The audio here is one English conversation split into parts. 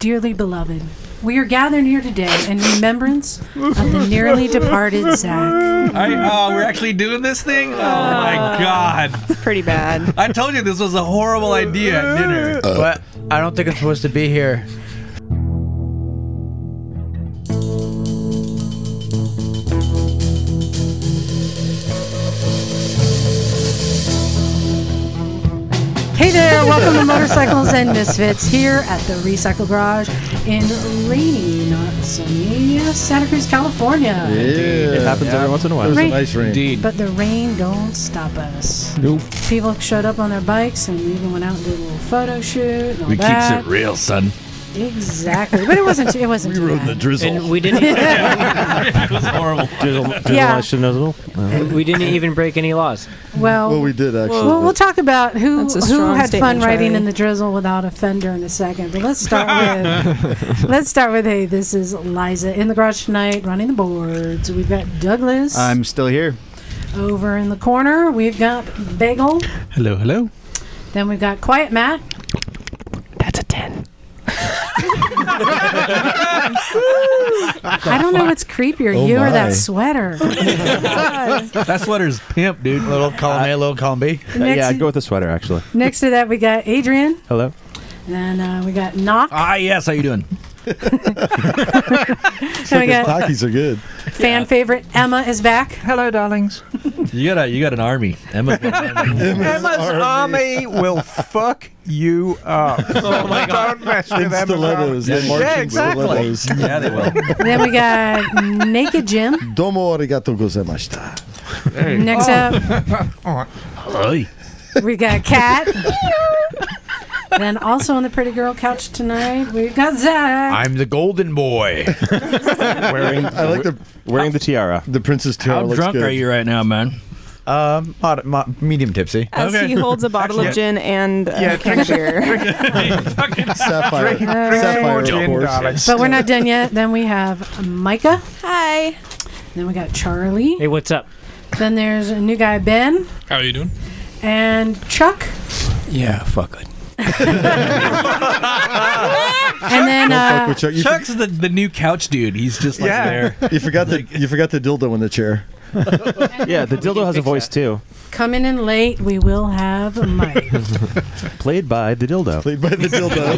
Dearly beloved, we are gathered here today in remembrance of the nearly departed Zach. I, oh, we're actually doing this thing? Oh my god. Pretty bad. I told you this was a horrible idea at dinner. Uh, But I don't think I'm supposed to be here. Hey there, welcome to Motorcycles and Misfits here at the Recycle Garage in rainy, not sunny Santa Cruz, California. It happens every once in a It while. was- Right. nice rain. Indeed. But the rain don't stop us. Nope. People showed up on their bikes and we even went out and did a little photo shoot. And all We keeps that. it real, son. Exactly, but it wasn't. Too, it wasn't. We too rode in bad. the drizzle. And we didn't. It was horrible. Dizzle, dizzle, Yeah. I should know. we didn't even break any laws. well, well, we did actually. Oh. Well, we'll talk about who That's a who strong had fun statement, riding Charlie. in the drizzle without a fender in a second. But let's start with let's start with hey, this is Liza in the garage tonight, running the boards. We've got Douglas I'm still here. over in the corner. We've got Bagel. Hello, hello. Then we've got Quiet Matt. That's a 10. I don't know what's creepier, Oh you or my. that sweater. That sweater's pimp, dude. Little column A, little column B. next, yeah, I'd go with the sweater actually. next to that we got Adrian. Hello. Then uh, we got Knock. Ah, yes. How you doing? then we got Takis are good. fan favorite Emma is back. Hello, darlings. You got a you got an army. Emma. Emma's army will fuck you up. oh my god! Don't mess with In Emma's army. stilettos. They march Yeah, in exactly. stilettos. yeah, they will. then we got Naked Jim. Domo arigato gozaimashita. Oh. Next up. Oh. We got Kat. then also on the pretty girl couch tonight, we've got Zach. I'm the golden boy. Wearing I like the wearing the tiara. the princess tiara. How looks drunk good. are you right now, man? Um, mod- mod- medium tipsy. As Okay. he holds a bottle Yeah. of gin and a Yeah, can of beer. Sapphire. Drink Sapphire, of Gin, course. darling. but we're not done yet. Then we have Micah. Hi. Then we got Charlie. Hey, what's up? Then there's a new guy, Ben. How are you doing? And Chuck. Yeah, fuck it. And then uh, Which are- you, Chuck's the, the new couch dude. He's just like Yeah. there. you forgot the you forgot the dildo in the chair. Yeah, the dildo has a voice too, coming in late, we will have Mike. played by the dildo. Played by the dildo.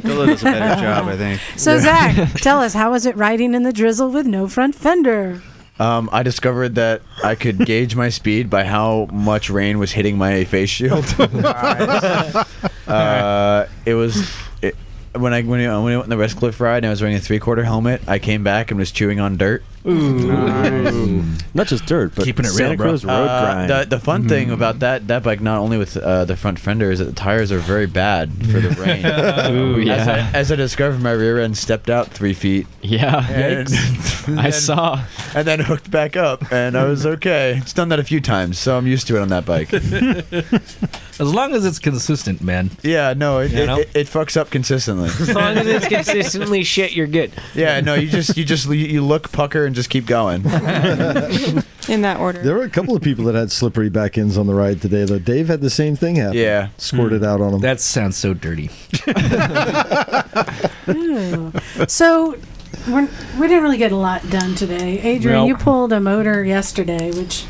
Dilla does a better job, I think. So Zach, tell us how was it riding in the drizzle with no front fender? Um, I discovered that I could gauge my speed by how much rain was hitting my face shield. uh, it was it, when I when I, when I went on the West Cliff ride and I was wearing a three quarter helmet. I came back and was chewing on dirt. Not just dirt, but Keeping it real, Santa bro. Mm-hmm. Cruz road Uh, grind. The the fun thing about that that bike, not only with uh, the front fender, is that the tires are very bad for the rain. as, I, as I discovered, my rear end stepped out three feet. Yeah, And, I saw. and then hooked back up, and I was okay. It's done that a few times, so I'm used to it on that bike. As long as it's consistent, man. Yeah, no, it, You know? it, it, it fucks up consistently. As long as it's consistently shit, you're good. yeah, no, you just you just you- you look pucker and just keep going. In that order. there were a couple of people that had slippery back ends on the ride today, though. Dave had the same thing happen. Yeah. Squirted out on him. Hmm. That sounds so dirty. Ooh. so we're, we didn't really get a lot done today. Adrian, you pulled a motor yesterday, which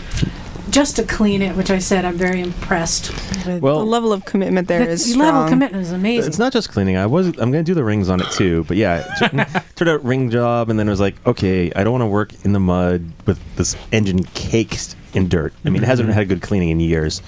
just to clean it, which I said I'm very impressed with. the well, level of commitment there the is level strong. of commitment is amazing. it's not just cleaning. I was I'm gonna do the rings on it too, but yeah, it tur- turned out ring job, and then it was like, okay, I don't want to work in the mud with this engine caked in dirt. I mean, it hasn't Mm-hmm. had good cleaning in years.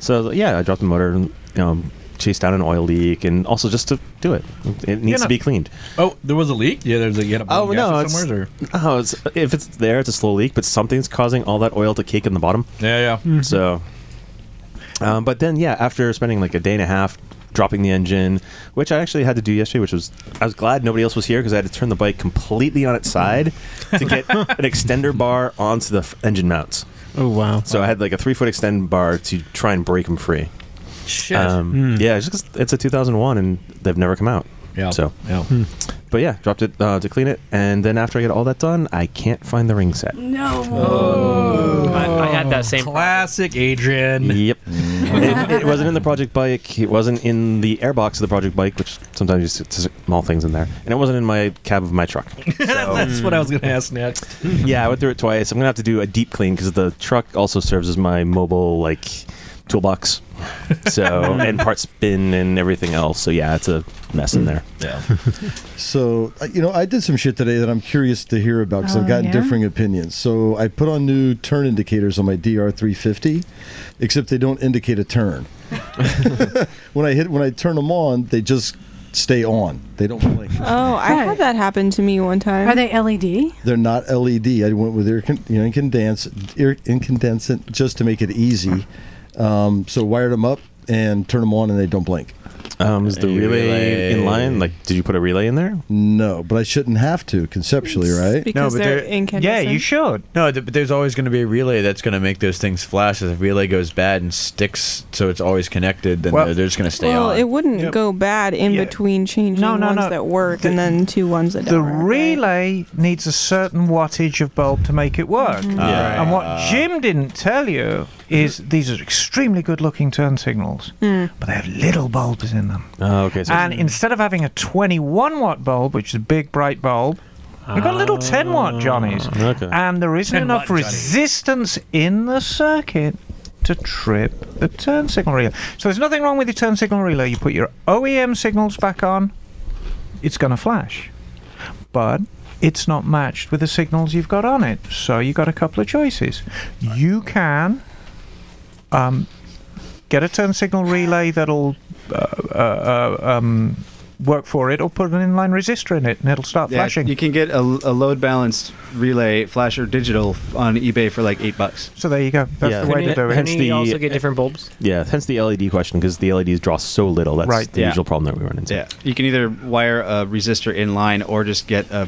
So I was like, yeah, I dropped the motor and um, chased down an oil leak, and also just to do it, it needs not- to be cleaned. Oh, there was a leak. Yeah, there's a you had a Oh, blown no, gasket it's- somewhere. Or? Oh, it's, if it's there, it's a slow leak, but something's causing all that oil to cake in the bottom. Yeah, yeah. So, Mm-hmm. um, but then yeah, after spending like a day and a half dropping the engine, which I actually had to do yesterday, which was I was glad nobody else was here because I had to turn the bike completely on its side to get an extender bar onto the f- engine mounts. Oh wow. So I had like a three foot extend bar to try and break them free. Shit. Hmm. Um, Yeah, it's just 'cause it's a 2001 and they've never come out. yeah. So, yeah. but yeah, dropped it uh, to clean it, and then after I get all that done, I can't find the ring set. no. uh, I, I had that same. Classic Adrian. Yep. it, it wasn't in the project bike. It wasn't in the airbox of the project bike, which sometimes you see s- small things in there. And it wasn't in my cab of my truck. So, That's what I was going to ask next. yeah, I went through it twice. I'm gonna have to do a deep clean because the truck also serves as my mobile like toolbox. So and parts bin and everything else. So yeah, it's a mess in there. Yeah. So, uh, you know, I did some shit today that I'm curious to hear about because Oh, I've gotten yeah? differing opinions. So, I put on new turn indicators on my DR350, except they don't indicate a turn. when I hit, when I turn them on, they just stay on. They don't blink. Oh, I Right. had that happen to me one time. Are they E LED? They're not LED. I went with air, con- you know, incandescent, air incandescent just to make it easy. Um, so, wired them up and turn them on, and they don't blink. Um, is the A relay, relay. in line? Like, did you put a relay in there? No, but I shouldn't have to conceptually, right? Because they're, yeah, incandescent. you should. No, th- but there's always going to be a relay that's going to make those things flash. If the relay goes bad and sticks, so it's always connected, then Well- they're, they're just going to stay Well, on. it wouldn't go bad in Yeah. between changing No, no, ones no. that work The- and then two ones that The don't. work, right? relay needs a certain wattage of bulb to make it work. Mm-hmm. Yeah. And what Uh, Ah. Jim didn't tell you is these are extremely good looking turn signals, Mm. but they have little bulbs in them. Oh, Hmm. okay. So And instead of having a 21 watt bulb, which is a big bright bulb, we've got little 10 watt Johnnies. Ah, okay. And there isn't 10 enough watt Johnny. resistance in the circuit to trip the turn signal relay. So there's nothing wrong with your turn signal relay. You put your OEM signals back on, it's going to flash. But it's not matched with the signals you've got on it. So you've got a couple of choices. You can um, get a turn signal relay that'll uh, uh, uh, um, work for it, or put an inline resistor in it, and it'll start Yeah, flashing. you can get a, a load balanced relay flasher digital on eBay for like eight bucks. so there you go. That's Yeah. the way to do it. hence the- also get different bulbs? yeah, hence the LED question because the LEDs draw so little. That's Right. the Yeah. usual problem that we run into. Yeah, you can either wire a resistor in line or just get a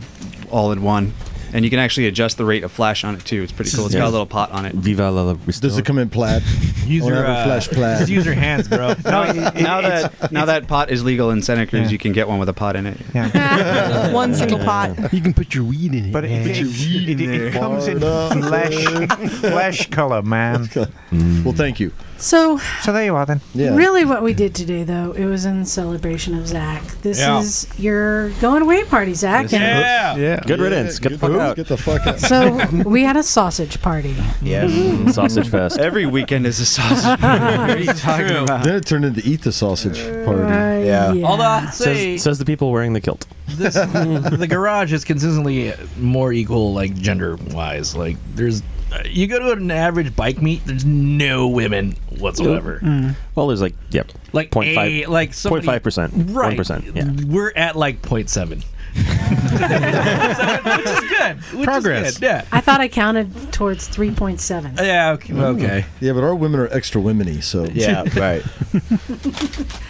all in one, and you can actually adjust the rate of flash on it too. It's pretty cool. It's got Yeah. a little pot on it. Viva la la. Does it come in plaid? Use Or your, have a uh, flash plaid. Just use your hands, bro. Now, now that now that pot is legal in Santa Cruz, Yeah. you can get one with a pot in it. Yeah. One single pot. You can put your weed in it. But it, it, it, it, it comes in Hard up. flesh, flesh color, man. Mm. Well, thank you. So So there you are then. Yeah. really, what we did today, though, it was in celebration of Zach. This Yeah. is your going away party, Zach. and Yeah. Yeah. Good riddance. Get the fuck out. Get the fuck out. so we had a sausage party. yeah. Sausage fest. Every weekend is a sausage. what are you talking True. about? Then it turned into eat the sausage party. Uh, Yeah. Although I say Says, says the people wearing the kilt. this, the garage is consistently more equal like gender wise like there's uh, you go to an average bike meet there's no women whatsoever Well, there's like yep, like Point a- five- like somebody, 0.5 percent, right one percent. Yeah. we're at like 0.7 which is good which is Progress. good, yeah I thought I counted towards 3.7. yeah okay, Mm. okay. Yeah, but our women are extra womeny, so Yeah, right.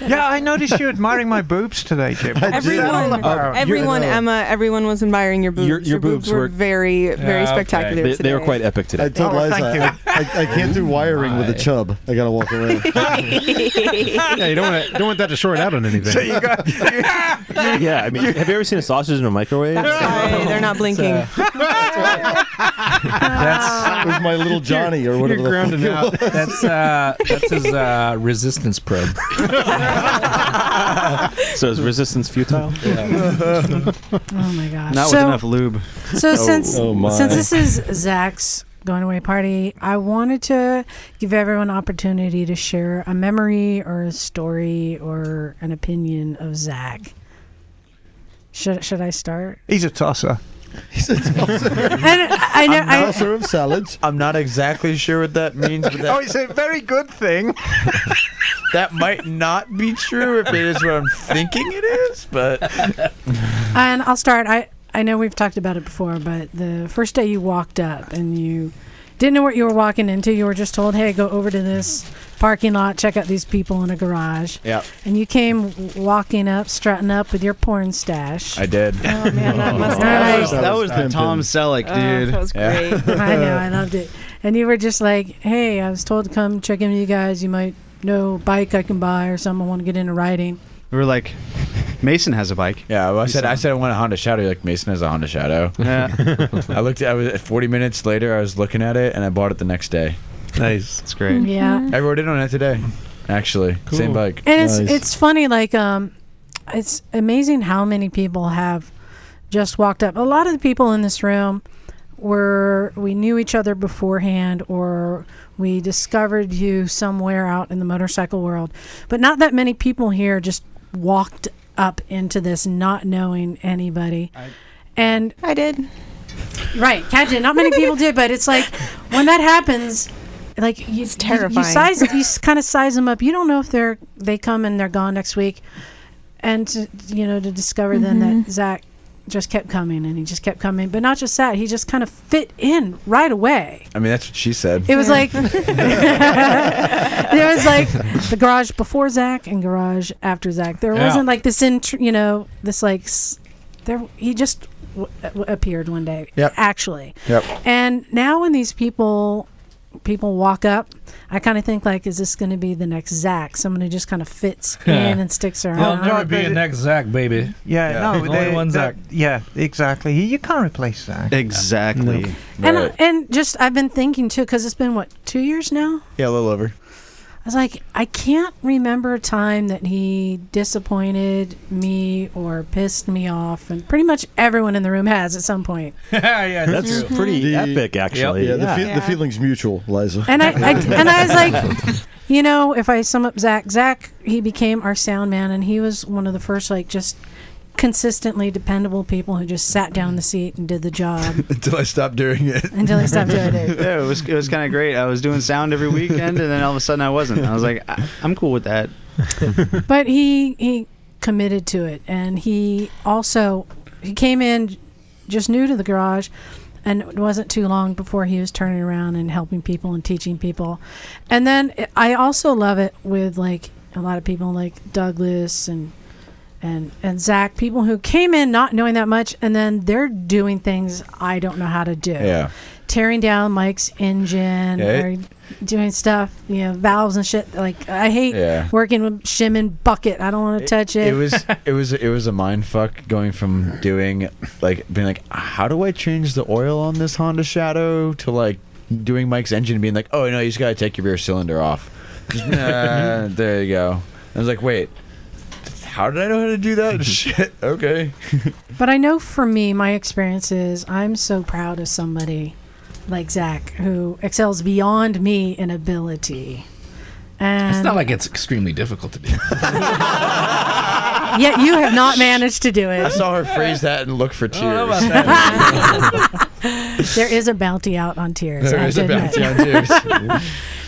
Yeah, I noticed you admiring my boobs today, Jim. Everyone, everyone, no. Emma, everyone was admiring your boobs. Uh, Your- your boobs were, were- very, very okay. spectacular. They, they were today. quite epic I today. told Oh, Liza thank you. I, I can't do wiring with a chub. I gotta walk away. yeah, you don't want don't want that to short out on anything. yeah, I mean, have you ever seen a sausage in a microwave? That's why they're not blinking. that's It was my little Johnny or you're whatever. the grounded out. that's uh that's his uh resistance probe so is resistance futile? Oh my gosh. Not so, with enough lube. So since Oh my. since this is Zach's going away party, I wanted to give everyone an opportunity to share a memory or a story or an opinion of Zach. Should should I start? He's a tosser. And I, I know I I, also serve salads. I'm not exactly sure what that means, but Oh, that, it's a very good thing. that might not be true if it is what I'm thinking it is. But and I'll start. I I know we've talked about it before, but the first day you walked up and you didn't know what you were walking into. You were just told, "Hey, go over to this parking lot, check out these people in a garage." yeah, And you came w- walking up, strutting up with your porn stash. I did. Oh man, that must That have. was- That, was, the pimpin'. Tom Selleck, Oh, dude. that was Yeah. great. I know, I loved it. And you were just like, hey, I was told to come check in with you guys. You might know a bike I can buy or something I want to get into riding. we were like, Mason has a bike. Yeah, well, I said I said I want a Honda Shadow. You're like Mason has a Honda Shadow. Yeah, I looked. I was 40 minutes later. I was looking at it, and I bought it the next day. Nice. that's great. Yeah. I rode it on it today. actually. Same bike. And it's it's funny, like um, it's amazing how many people have just walked up. A lot of the people in this room were we knew each other beforehand, or we discovered you somewhere out in the motorcycle world. But not that many people here just walked up into this not knowing anybody. and I did. Right, Kat did. Not many people did, but it's like when that happens, like you, it's terrifying. You, size, you kind of size them up. You don't know if they're they come and they're gone next week, and to, you know to discover then that Zach just kept coming and he just kept coming, but not just that, he just kind of fit in right away. I mean, that's what she said. It was like there was like the garage before Zach and garage after Zach. There Yeah. wasn't like this intr you know, this like s- there. He just w- w- appeared one day. Yep. Actually. Yep. And now when these people people walk up, I kind of think like, is this going to be the next Zach? Someone who just kind of fits in and sticks around. There'll never be a but- next Zach, baby. Yeah, Yeah. no, Only they, one they- Zach. Yeah, exactly. You can't replace Zach. Exactly. And Right. and just I've been thinking too because it's been what two years now. Yeah, a little over. I was like, I can't remember a time that he disappointed me or pissed me off, and pretty much everyone in the room has at some point. yeah, that's That's true. pretty The- epic, actually. Yeah, The, Yeah. fe- Yeah. the feeling's mutual, Liza. And I, I and I was like, you know, if I sum up Zach, Zach, he became our sound man, and he was one of the first like just consistently dependable people who just sat down in the seat and did the job Until I stopped doing it. until he stopped doing it. Yeah, it was it was kind of great. I was doing sound every weekend, and then all of a sudden I wasn't. I was like, I, I'm cool with that. but he he committed to it and he also he came in just new to the garage and it wasn't too long before he was turning around and helping people and teaching people and then i also love it with like a lot of people like douglas and and and zach people who came in not knowing that much and then they're doing things i don't know how to do Yeah. tearing down mike's engine Yeah, it- or doing stuff you know valves and shit like i hate Yeah. working with shim and bucket. I don't want to touch it. It was it was it was a mind fuck going from doing like being like how do I change the oil on this Honda Shadow to like doing Mike's engine and being like oh no you just gotta take your rear cylinder off. Just, nah, there you go. I was like wait. How did I know how to do that? Shit. Okay. but I know for me, my experience is I'm so proud of somebody like Zach who excels beyond me in ability. And It's not like it's extremely difficult to do. yet you have not managed to do I it. saw her phrase that and look for know tears. about There is a bounty out on tears. I There is a should admit. bounty on tears. Mm-hmm.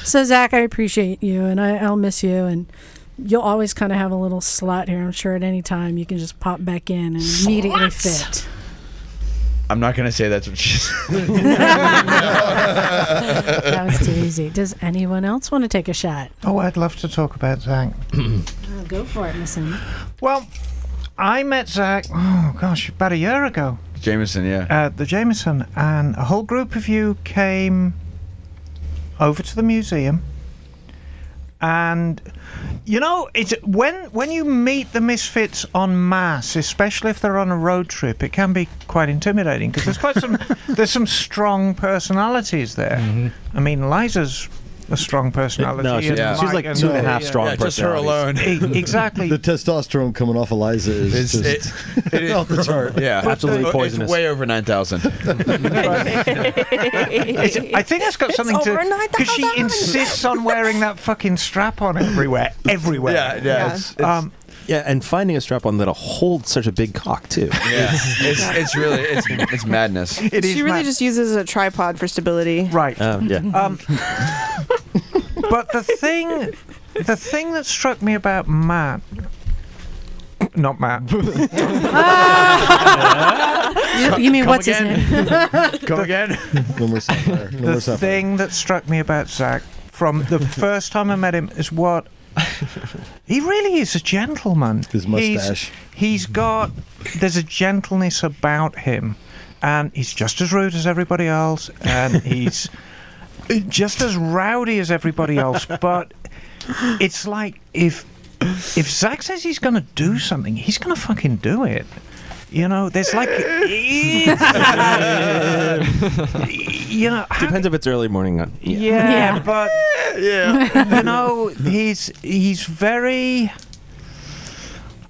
So Zach, I appreciate you, and I, I'll miss you, and you'll always kind of have a little slot here. I'm sure at any time you can just pop back in and immediately fit. I'm not gonna say that's what she said. That was too easy. Does anyone else want to take a shot? Oh, I'd love to talk about Zach. go for it, Miss Well, I met Zach, oh gosh, about a year ago Jameson, yeah. at Uh, the Jameson, and a whole group of you came over to the museum. And you know, it's when when you meet the misfits en masse, especially if they're on a road trip, it can be quite intimidating because there's quite some there's some strong personalities there. Mm-hmm. I mean, Liza's a strong personality. No, she's, and Yeah. she's Mike like and- two and a half Yeah. strong. yeah just her personalities. alone. E- exactly. the testosterone coming off Eliza is It's, just it, it is off the chart. Yeah, Absolutely It's- poisonous. It's way over nine thousand. It's, I think that's got something over to because she 9,000. insists on wearing that fucking strap on everywhere, everywhere. yeah, yeah. It's, it's, Um, Yeah, and finding a strap on that'll hold such a big cock too. yeah. it's, it's really it's it's madness. it is she really mad. just uses a tripod for stability. right. Uh, yeah. Um, but the thing, the thing that struck me about Matt, not Matt, You, you mean what's his name? Come again? No more sapphire. No more the sapphire. thing that struck me about Zach from the first time I met him is what he really is a gentleman. He's- His mustache. he's got there's a gentleness about him and he's just as rude as everybody else and he's just as rowdy as everybody else but it's like if if Zach says he's gonna do something he's gonna fucking do it you know there's like it's- you know how- Depends if it's early morning. uh, On. yeah, Yeah. but Yeah. you know, he's he's very.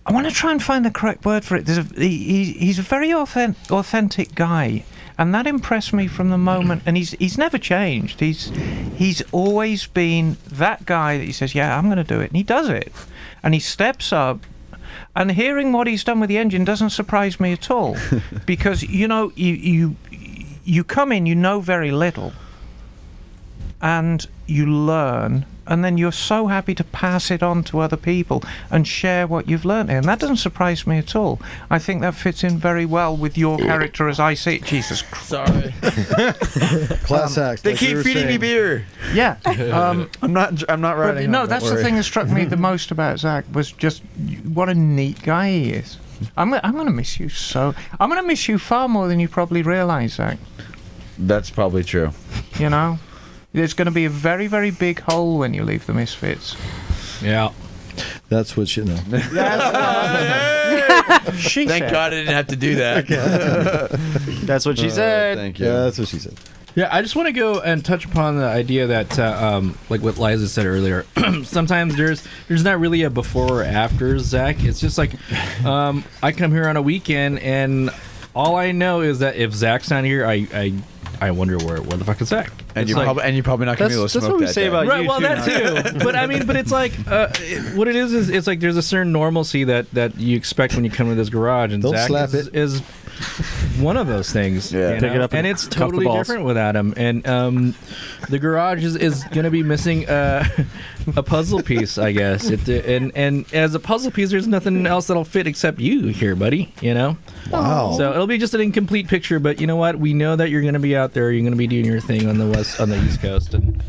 I want to try and find the correct word for it. There's a, he, he- he's a very authentic, authentic guy, and that impressed me from the moment. And he's he's never changed. He's he's always been that guy that he says, "Yeah, I'm going to do it," and he does it, and he steps up. And hearing what he's done with the engine doesn't surprise me at all, because you know you you you come in, you know very little, and you learn and then you're so happy to pass it on to other people and share what you've learned and that doesn't surprise me at all i think that fits in very well with your character as i see it jesus christ sorry Um, Class acts. They like you keep were feeding saying. me beer. yeah Um, I'm not. I'm not but writing. no that's the thing that struck me the most about zach was just y- what a neat guy he is I'm, go- I'm going to miss you so i'm going to miss you far more than you probably realize zach That's probably true. you know there's going to be a very very big hole when you leave the misfits Yeah. That's what you know. she Thank said. God I didn't have to do that. Uh, That's what she said. Thank Yeah, you. that's what she said. Yeah, I just want to go and touch upon the idea that, uh, um, like what Liza said earlier, sometimes there's there's not really a before or after Zach. It's just like um, I come here on a weekend, and all I know is that if Zach's not here, I I, I wonder where where the fuck is Zach? And It's you like- probably and you're probably not gonna be able to That's, that's what smoke we that say day. about right you. well too, that Nara. too but i mean but it's like uh, it- what it is is it's like there's a certain normalcy that that you expect when you come to this garage and Don't Zach slap is, it. is one of those things Yeah. you Pick it know? up and and it's cuff the totally balls. different without him and um the garage is, is gonna be missing uh, a puzzle piece i guess it, and and as a puzzle piece there's nothing else that'll fit except you here buddy you know Wow. so it'll be just an incomplete picture, but you know what? We know that you're going to be out there. You're going to be doing your thing on the west, on the east coast, and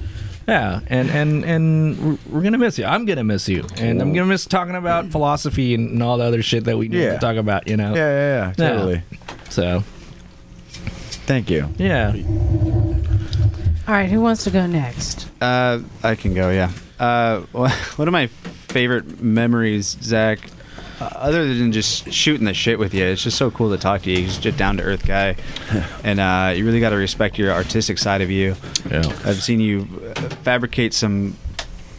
yeah, and and and we're, we're going to miss you. I'm going to miss you, and I'm going to miss talking about philosophy and, and all the other shit that we need Yeah. to talk about. You know, Yeah, yeah, yeah. Yeah. Totally. so Thank you. yeah, All right, who wants to go next? Uh, I can go. Yeah. Uh, wha- one of my favorite memories, Zach, uh, other than just shooting the shit with you, it's just so cool to talk to you. He's just a down to earth guy, and uh, you really got to respect your artistic side of you. yeah. I've seen you uh, fabricate some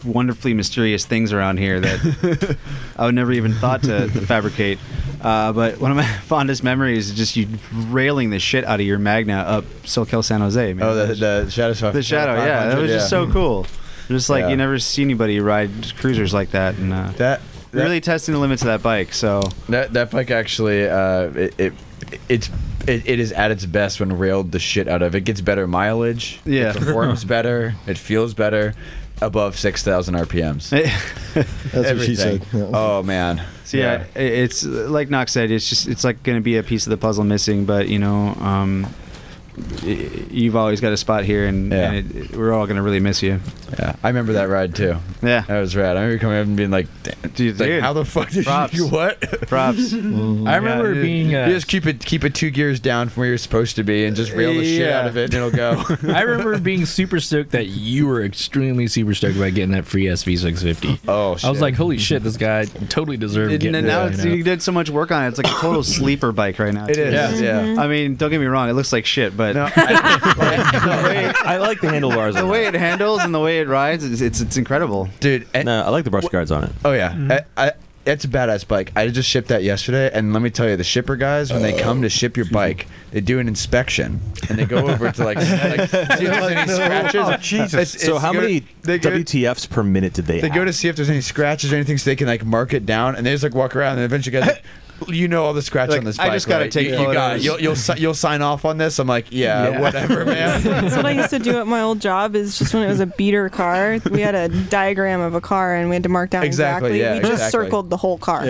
wonderfully mysterious things around here that I would never even thought to, to fabricate. Uh, but one of my fondest memories is just you railing the shit out of your Magna up SoCal San Jose. Man. Oh, the the shadow. stuff. The shadow, yeah, that 500, was just yeah. so cool. Just like Yeah. you never see anybody ride cruisers like that, and uh, That, that really testing the limits of that bike. So That that bike actually, uh, it, it it's it, it is at its best when railed the shit out of. It gets better mileage. Yeah. it performs better. It feels better above six thousand RPMs. so That's what she said. Everything. Yeah. Oh man. yeah, i it's like Knox said, it's just it's like going to be a piece of the puzzle missing, but you know, um, y- you've always got a spot here, and, Yeah. and it, we're all going to really miss you. yeah. I remember that ride too. Yeah, That was rad. I remember coming up and being like, "Damn, Dude, like, dude. how the fuck did Props. you what?" Mm-hmm. props. I remember dude. being. Uh, you just keep it keep it two gears down from where you're supposed to be and just rail the shit Yeah. out of it and it'll go. I remember being super stoked that you were extremely super stoked about getting that free SV650. oh, shit. I was like, holy shit, this guy totally deserved and getting then it, now you it's, know? you did so much work on it. It's like a total sleeper bike right now. it too. is. Yeah. Mm-hmm. I mean, don't get me wrong. It looks like shit, but No, I- I like the handlebars. the on way that. it handles and the way it rides, it's it's, it's incredible. dude, and- No, I like the brush guards on it. Oh yeah, I, I, it's a badass bike. I just shipped that yesterday, and let me tell you, the shipper guys when they come to ship your bike, they do an inspection and they go over to like, like see if there's any scratches. Oh, Jesus. It's- so it's how go- many they go, WTFs per minute did they? they go have? to see if there's any scratches or anything, so they can like mark it down, and they just like walk around, and eventually guys. Like, You know all the scratch Like, on this I bike. just gotta right? take you, you got it. photos. You'll you'll, si- you'll sign off on this. I'm like, yeah, Yeah. whatever, man. That's what I used to do at my old job. Is just when it was a beater car, we had a diagram of a car and we had to mark down exactly. Exactly, yeah, we just exactly. circled the whole car.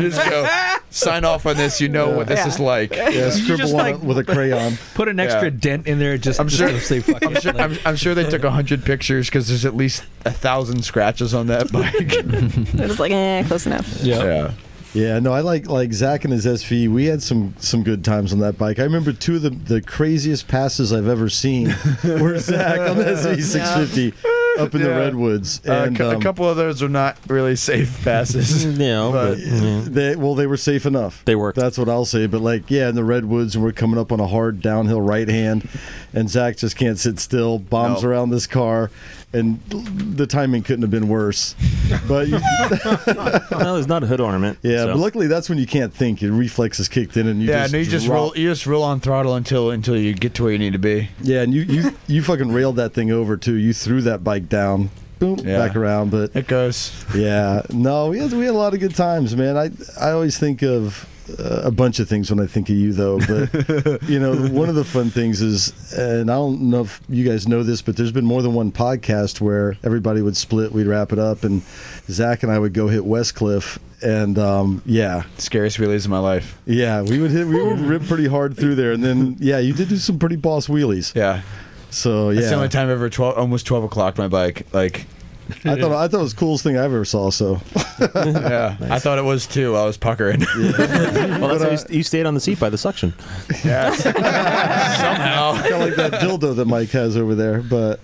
just go sign off on this. You know what this Yeah. is like. Yeah, just, scribble on like, it with a crayon. Put an extra Yeah. dent in there just I'm just sure- to say fuck I'm it. sure, Like, I'm, I'm sure they took 100 pictures because there's at least a thousand scratches on that bike. It was like, eh, close enough. yeah. yeah. Yeah, no, I like like Zach and his SV. We had some some good times on that bike. I remember two of the the craziest passes I've ever seen were Zach on the SV650. up in the Yeah. redwoods, Uh, and cou- um, a couple of those are not really safe passes. No, But- but, yeah. eh, they well they were safe enough. They worked. That's what I'll say. But like, yeah, in the redwoods, and we're coming up on a hard downhill right hand, and Zach just can't sit still. Bombs No. around this car, and the timing couldn't have been worse. But you- well, it's not a hood ornament. yeah, so. but luckily that's when you can't think. Your reflex is kicked in, and you yeah, just no, you just drop. roll. You just roll on throttle until until you get to where you need to be. Yeah, and you you you fucking railed that thing over too. You threw that bike down. Boom, Yeah. back around, but It goes. yeah, no, we had, we had a lot of good times, man. I I always think of uh, a bunch of things when I think of you, though. But you know, Um, one of the fun things is, and I don't know if you guys know this, but there's been more than one podcast where everybody would split, we'd wrap it up, and Zach and I would go hit Westcliff, and um, yeah, Scariest wheelies of my life. yeah, we would hit, we would rip pretty hard through there, and then yeah, you did do some pretty boss wheelies. Yeah, So yeah, that's the only time ever. Twelve, almost twelve o'clock. My bike. Like, I thought I thought it was the coolest thing I ever saw. So yeah, I thought it was too. I was puckering. uh, well, that's how you, st- you stayed on the seat by the suction. Somehow. kind of like that dildo that Mike has over there. But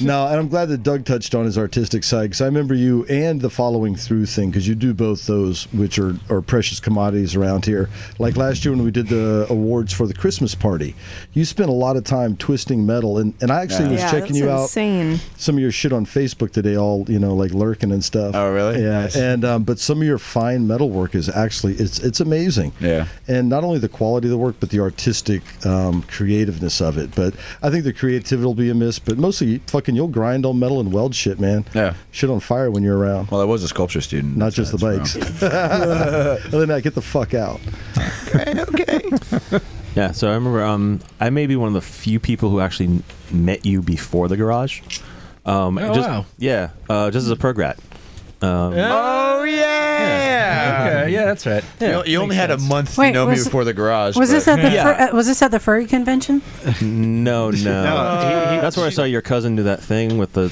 no, and I'm glad that Doug touched on his artistic side because I remember you and the following through thing because you do both those, which are, are precious commodities around here. Like last year when we did the awards for the Christmas party, you spent a lot of time twisting metal, and, and I actually was yeah, checking that's you out insane. some of your shit on Facebook today, all you know, like lurking and stuff. Oh, really? Yeah. Nice. And um, but some of your fine metal work is actually it's it's amazing. Yeah. And not only the quality of the work, but the artistic um, creativeness of it. But I think the creativity will be a miss. But mostly, fucking, you'll grind on metal and weld shit, man. Yeah. Shit on fire when you're around. Well, I was a sculpture student. Not just the That's bikes. Other than that, get the fuck out. Yeah, so I remember um, I may be one of the few people who actually m- met you before the garage. Um, Oh, just, wow. Yeah, uh, just as a prog rat. Um, Oh, Yeah. okay. Yeah, that's right. You, you only had a month Wait, to know me was- before the garage. Was but- this at the Yeah. fur, uh, was this at the furry convention? No, no. No. That's where I saw your cousin do that thing with the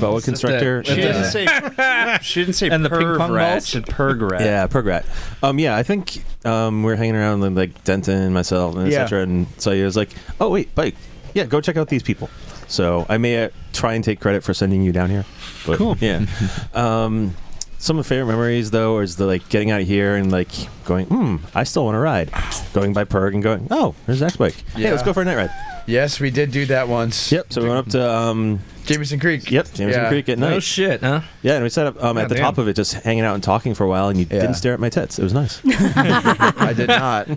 boa constrictor. She She didn't didn't Yeah. say. She didn't say. And the ping perv pong rat, balls? She said perg rat. Yeah, prog rat. Um, yeah, I think um, we were hanging around with like Denton and myself and Yeah. etc. And so I was like, oh wait, bike. Yeah, go check out these people. So I may uh, try and take credit for sending you down here. But, cool. Yeah. um, some of my favorite memories though is the like getting out of here and like going, hmm, I still want to ride. Going by Perg and going, oh, there's Zach's bike. Yeah, Yeah. let's go for a night ride. Yes, we did do that once. Yep. So we went up to um, Jameson Creek. yep Jameson Yeah. Creek at night. No shit, huh? Yeah, and we sat up um, at God the damn. top of it, just hanging out and talking for a while, and you Yeah. didn't stare at my tits. It was nice. I did not. Uh,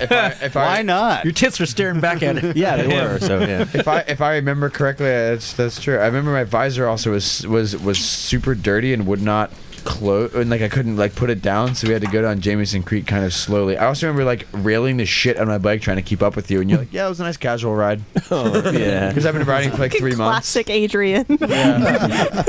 if I, if I, Why not? Your tits are staring back at it. yeah, they were. So yeah, if I if I remember correctly, that's that's true. I remember my visor also was was was super dirty and would not close and like I couldn't like put it down, so we had to go down Jamison Creek kind of slowly. I also remember like railing the shit on my bike trying to keep up with you, and you're like, "Yeah, it was a nice casual ride," oh, yeah. because I've been riding for like three months. Classic Adrian. Yeah.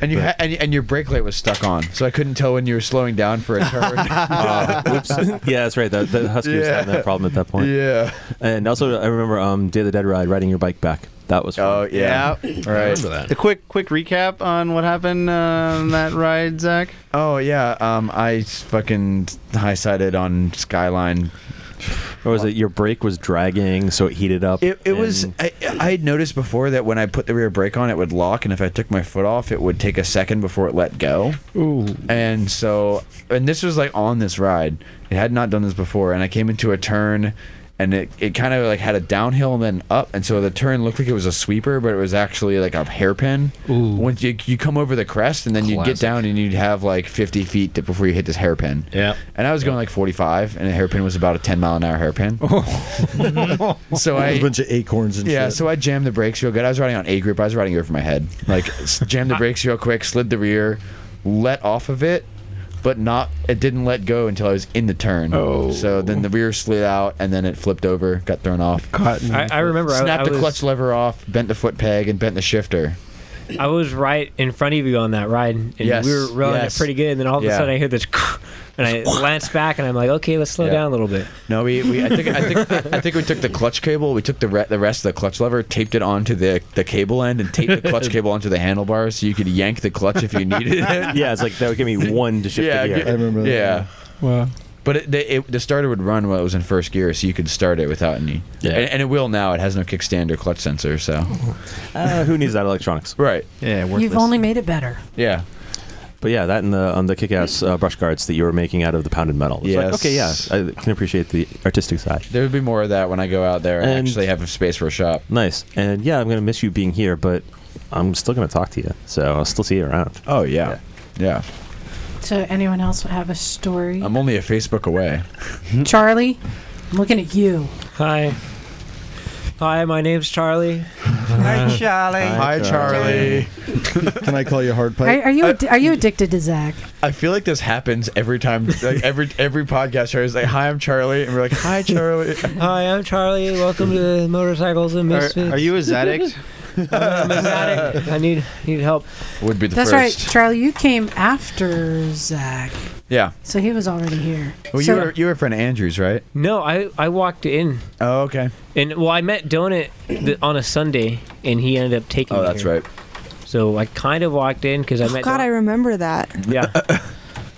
and you ha- and, and your brake light was stuck on, so I couldn't tell when you were slowing down for a turn. Uh, whoops. yeah, that's right. The, the Husky was Yeah. having that problem at that point. yeah. And also, I remember um, Day of the Dead ride, riding your bike back. That was Oh fun. yeah. All right. A quick, quick recap on what happened uh, on that ride, Zach. Oh yeah, um, I s- fucking high sided on Skyline. Or was it your brake was dragging, so it heated up? It, it was and- I, I had noticed before that when I put the rear brake on, it would lock, and if I took my foot off, it would take a second before it let go. Ooh. And so, and this was like on this ride, it had not done this before, and I came into a turn. And it, it kind of like had a downhill and then up, and so the turn looked like it was a sweeper, but it was actually like a hairpin. Ooh. Once you you come over the crest, and then you get Classic. down, and you'd have like 50 feet to, before you hit this hairpin. Yeah. And I was going like 45, and a hairpin was about a 10 mile an hour hairpin. Oh. Mm-hmm. so A I, bunch of acorns and yeah, shit. so I jammed the brakes real good. I was riding on A grip, I was riding over my head. Like, s- jammed the brakes real quick, slid the rear, let off of it, but not, it didn't let go until I was in the turn. Oh. So then the rear slid out, and then it flipped over, got thrown off. Cotton. I, I remember I, I Snapped the was, clutch lever off, bent the foot peg, and bent the shifter. I was right in front of you on that ride, and Yes, we were rolling yes. it pretty good. And then all of a Yeah. sudden, I hear this, and I glance back, and I'm like, okay, let's slow Yeah. down a little bit. No, we, we I think I think I think we took the clutch cable, we took the re- the rest of the clutch lever, taped it onto the the cable end, and taped the clutch cable onto the handlebar so you could yank the clutch if you needed it. Yeah, it's like that would give me one to shift yeah, to gear. yeah, I remember that. yeah. Wow. But it, the, it, the starter would run while it was in first gear, so you could start it without any. Yeah. And, and it will now. It has no kickstand or clutch sensor, so. Uh, who needs that electronics? Right. Yeah, You've only made it better. Yeah. But yeah, that and the on the kick-ass uh, brush guards that you were making out of the pounded metal. It's like, Yes. okay, yeah, I can appreciate the artistic side. There would be more of that when I go out there and, And- actually have a space for a shop. Nice. And yeah, I'm gonna miss you being here, but I'm still gonna talk to you, so I'll still see you around. Oh, yeah. Yeah. So anyone else have a story? I'm only a Facebook away. Charlie, I'm looking at you. Hi. Hi, my name's Charlie. Hi, Charlie. Hi, Charlie. Can I call you hard Are, pipe? are you addi- are you addicted to Zach? I feel like this happens every time, like every every podcast. Charlie's like, "Hi, I'm Charlie," and we're like, "Hi, Charlie." Hi, I'm Charlie. Welcome to Motorcycles and Are, Misfits. are you a Zaddict? I'm an addict. I need need help. Would be the That's right, first. Charlie. You came after Zach, Yeah. so he was already here. Well, So- you were you were a friend of Andrew's, right? No, I I walked in Oh, okay. and well, I met Donut th- on a Sunday, and he ended up taking. Oh, me that's here. right. So I kind of walked in because I met. Oh, God, I remember that. Donut. yeah.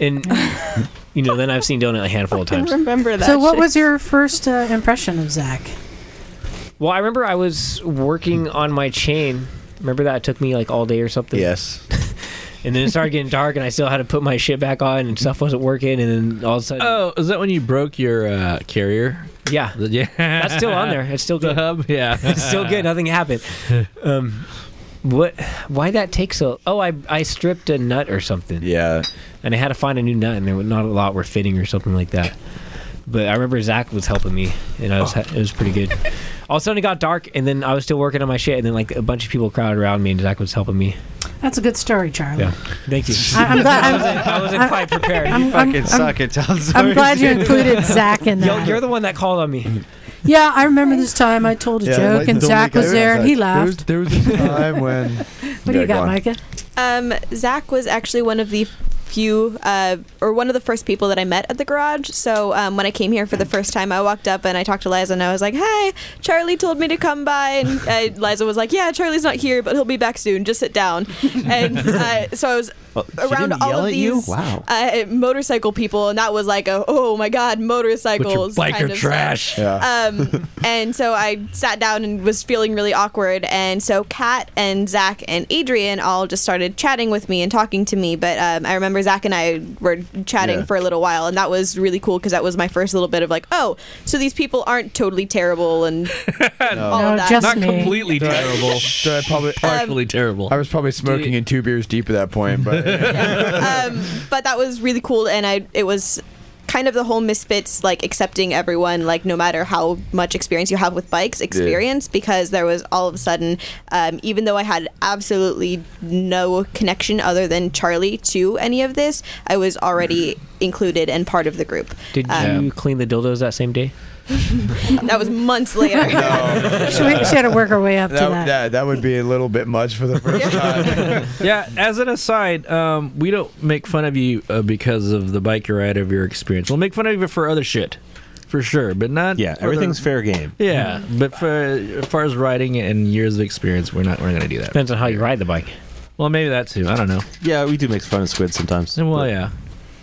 And you know, then I've seen Donut a handful of I times. remember that. so what shit. was your first uh, impression of Zach? Well, I remember I was working on my chain. Remember that it took me like all day or something. Yes. And then it started getting dark, and I still had to put my shit back on, and stuff wasn't working. And then all of a sudden, Oh, is that when you broke your uh, carrier? yeah, Is it- Yeah, that's still on there. It's still The good. hub, yeah, It's still good. Nothing happened. Um, what? Why that take so? Oh, I I stripped a nut or something, Yeah. and I had to find a new nut, and there were not a lot were fitting or something like that. But I remember Zach was helping me, and I was Oh. ha- it was pretty good. All of a sudden it got dark, and then I was still working on my shit, and then like a bunch of people crowded around me, and Zach was helping me. That's a good story, Charlie. Yeah, thank you. I, I'm glad. I I'm, wasn't, I wasn't I'm- quite prepared. I'm- Fucking I'm- suck it. Tell I'm stories. glad you included Zach in Yo, that. you're the one that called on me. yeah, I remember this time I told a Yeah, joke like, and don't Zach make was it- there and he There was laughed. there was a time when. What do Yeah, you go got, on. Micah? Um, Zach was actually one of the few, uh, or one of the first people that I met at the garage. So um, when I came here for the first time, I walked up and I talked to Liza and I was like, "Hi, Charlie told me to come by." And uh, Liza was like, "Yeah, Charlie's not here, but he'll be back soon. Just sit down." And uh, so I was Well, Oh, she around didn't all yell of at you? these Wow. uh, motorcycle people, and that was like a oh my god, motorcycles. biker kind of stuff. trash. Yeah. Um, and so I sat down and was feeling really awkward. And so Kat and Zach and Adrian all just started chatting with me and talking to me. But um, I remember Zach and I were chatting Yeah. for a little while, and that was really cool because that was my first little bit of like, oh, so these people aren't totally terrible and all Oh, No, of Oh, that. just- not me. completely terrible. Did I probably? Partially terrible. I was probably smoking and two beers deep at that point, but um, but that was really cool, and I it was kind of the whole misfits like accepting everyone like no matter how much experience you have with bikes experience because there was all of a sudden um, even though i had absolutely no connection other than charlie to any of this i was already included and part of the group Did Um, you clean the dildos that same day? that was months later She, she had to work her way up to that, that. that that would be a little bit much for the first time. yeah. As an aside, um, we don't make fun of you uh, because of the bike ride of your experience. We'll make fun of you for other shit, for sure, but not. Yeah, for the- everything's fair game. Yeah, but for as far as riding and years of experience, we're not we're not gonna do that. Depends on how you ride the bike. Well, maybe that too. I don't know. Yeah, we do make fun of squid sometimes. Well, yeah.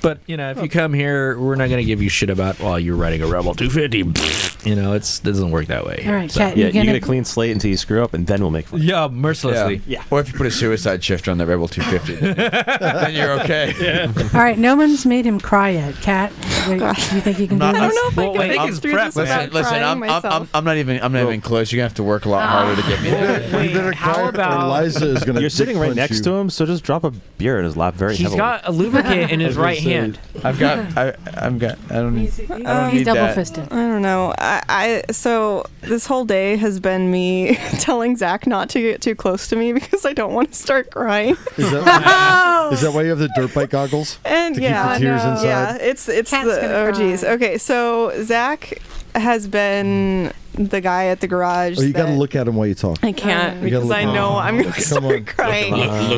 But you know, if you come here, we're not gonna give you shit about while you're riding a Rebel 250. You know, it's doesn't work that way. All right, So- Kat, Yeah, you you get gonna a clean slate until you screw up, and then we'll make fun. Yeah, mercilessly. Yeah. Or if you put a suicide shift on the Rebel 250, then you're okay. All right, no one's made him cry yet. Kat, Oh, wait, do you think you can do Not- this? I don't know if Well, I wait, can I'm make it through prepped. this Listen, without Listen, listen, crying I'm, I'm, myself. I'm, I'm not even I'm not even close. You're gonna have to work a lot harder to get me there. Wait, better how cry about Or Liza is gonna You're sitting right punch next you. to him, so just drop a beer in his lap very He's heavily. got a lubricant in his right hand. I've got I I've got I don't need. He's, he's, don't he's need that. double fisted. I don't know. I, I so this whole day has been me telling Zach not to get too close to me because I don't want to start crying. Is that, is that why you have the dirt bike goggles? And To keep yeah, the tears no. inside. yeah, it's it's Cat's the gonna oh geez. cry. Okay, so Zach has been the guy at the garage. Oh, you got to that- look at him while you talk. I can't You because gotta look I at him. know I'm going to start on. crying.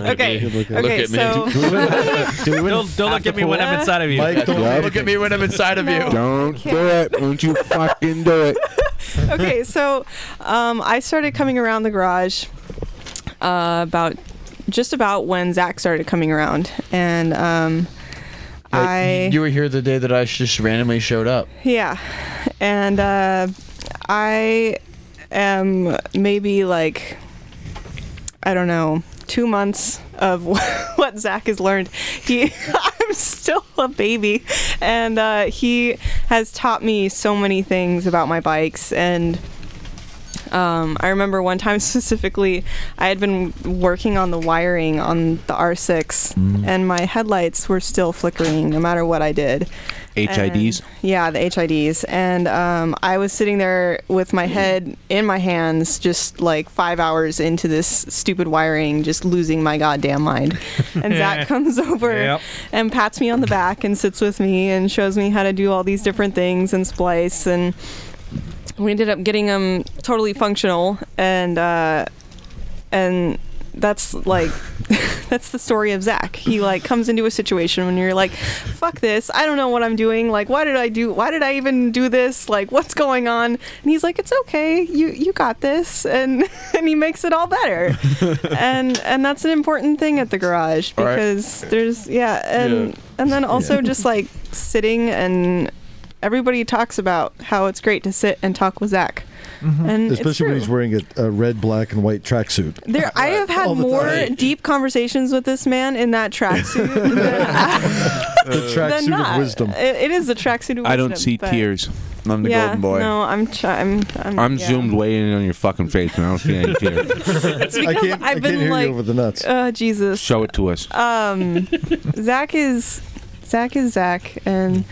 okay. Look at- okay. so Don't, don't look at me when I'm inside of you. Mike, don't Don't look at me when I'm inside of you. Don't do it. Won't you fucking do it? okay, so um, I started coming around the garage uh, about just about when Zach started coming around, and um, I you were here the day that I sh- just randomly showed up. Yeah. And uh, I am maybe like, I don't know, two months of what Zach has learned. He, I'm still a baby. And uh, he has taught me so many things about my bikes and. Um, I remember one time specifically, I had been working on the wiring on the R6, and my headlights were still flickering no matter what I did. HIDs? And- yeah, the HIDs. And um, I was sitting there with my head in my hands, just like five hours into this stupid wiring, just losing my goddamn mind. And Zach comes over Yep. and pats me on the back and sits with me and shows me how to do all these different things and splice and we ended up getting them totally functional and uh, and that's like that's the story of Zach. He like comes into a situation when you're like, "Fuck this! I don't know what I'm doing. Like, why did I do? Why did I even do this? Like, what's going on?" And he's like, "It's okay. You you got this." And and he makes it all better. and and that's an important thing at the garage All right. because there's yeah and Yeah. and then also Yeah. just like sitting and everybody talks about how it's great to sit and talk with Zach. And it's Especially when true. he's wearing a, a red, black, and white tracksuit. There, I have had All the more time. deep conversations with this man in that tracksuit The than tracksuit not. of wisdom. It, it is the tracksuit of I don't wisdom, see but- tears. I'm yeah, No, I'm. Ch- I'm. I'm, I'm yeah. zoomed way in on your fucking face, and I don't see any tears. It's because can't- I have can't been hear you like, over the nuts. Oh Jesus. Show it to us. Um, Zach is Zach is Zach, and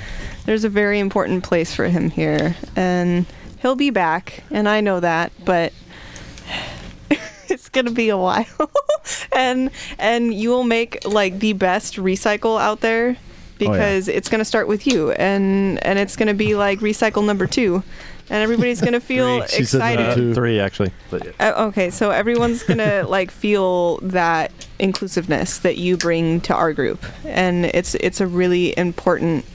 there's a very important place for him here, and he'll be back, and I know that, but it's gonna be a while, and and you will make like the best recycle out there yeah. because it's gonna start with you, and and it's gonna be like recycle number two, and everybody's gonna feel excited. Uh, three actually. But yeah. Uh, okay, so everyone's gonna like feel that inclusiveness that you bring to our group, and it's it's a really important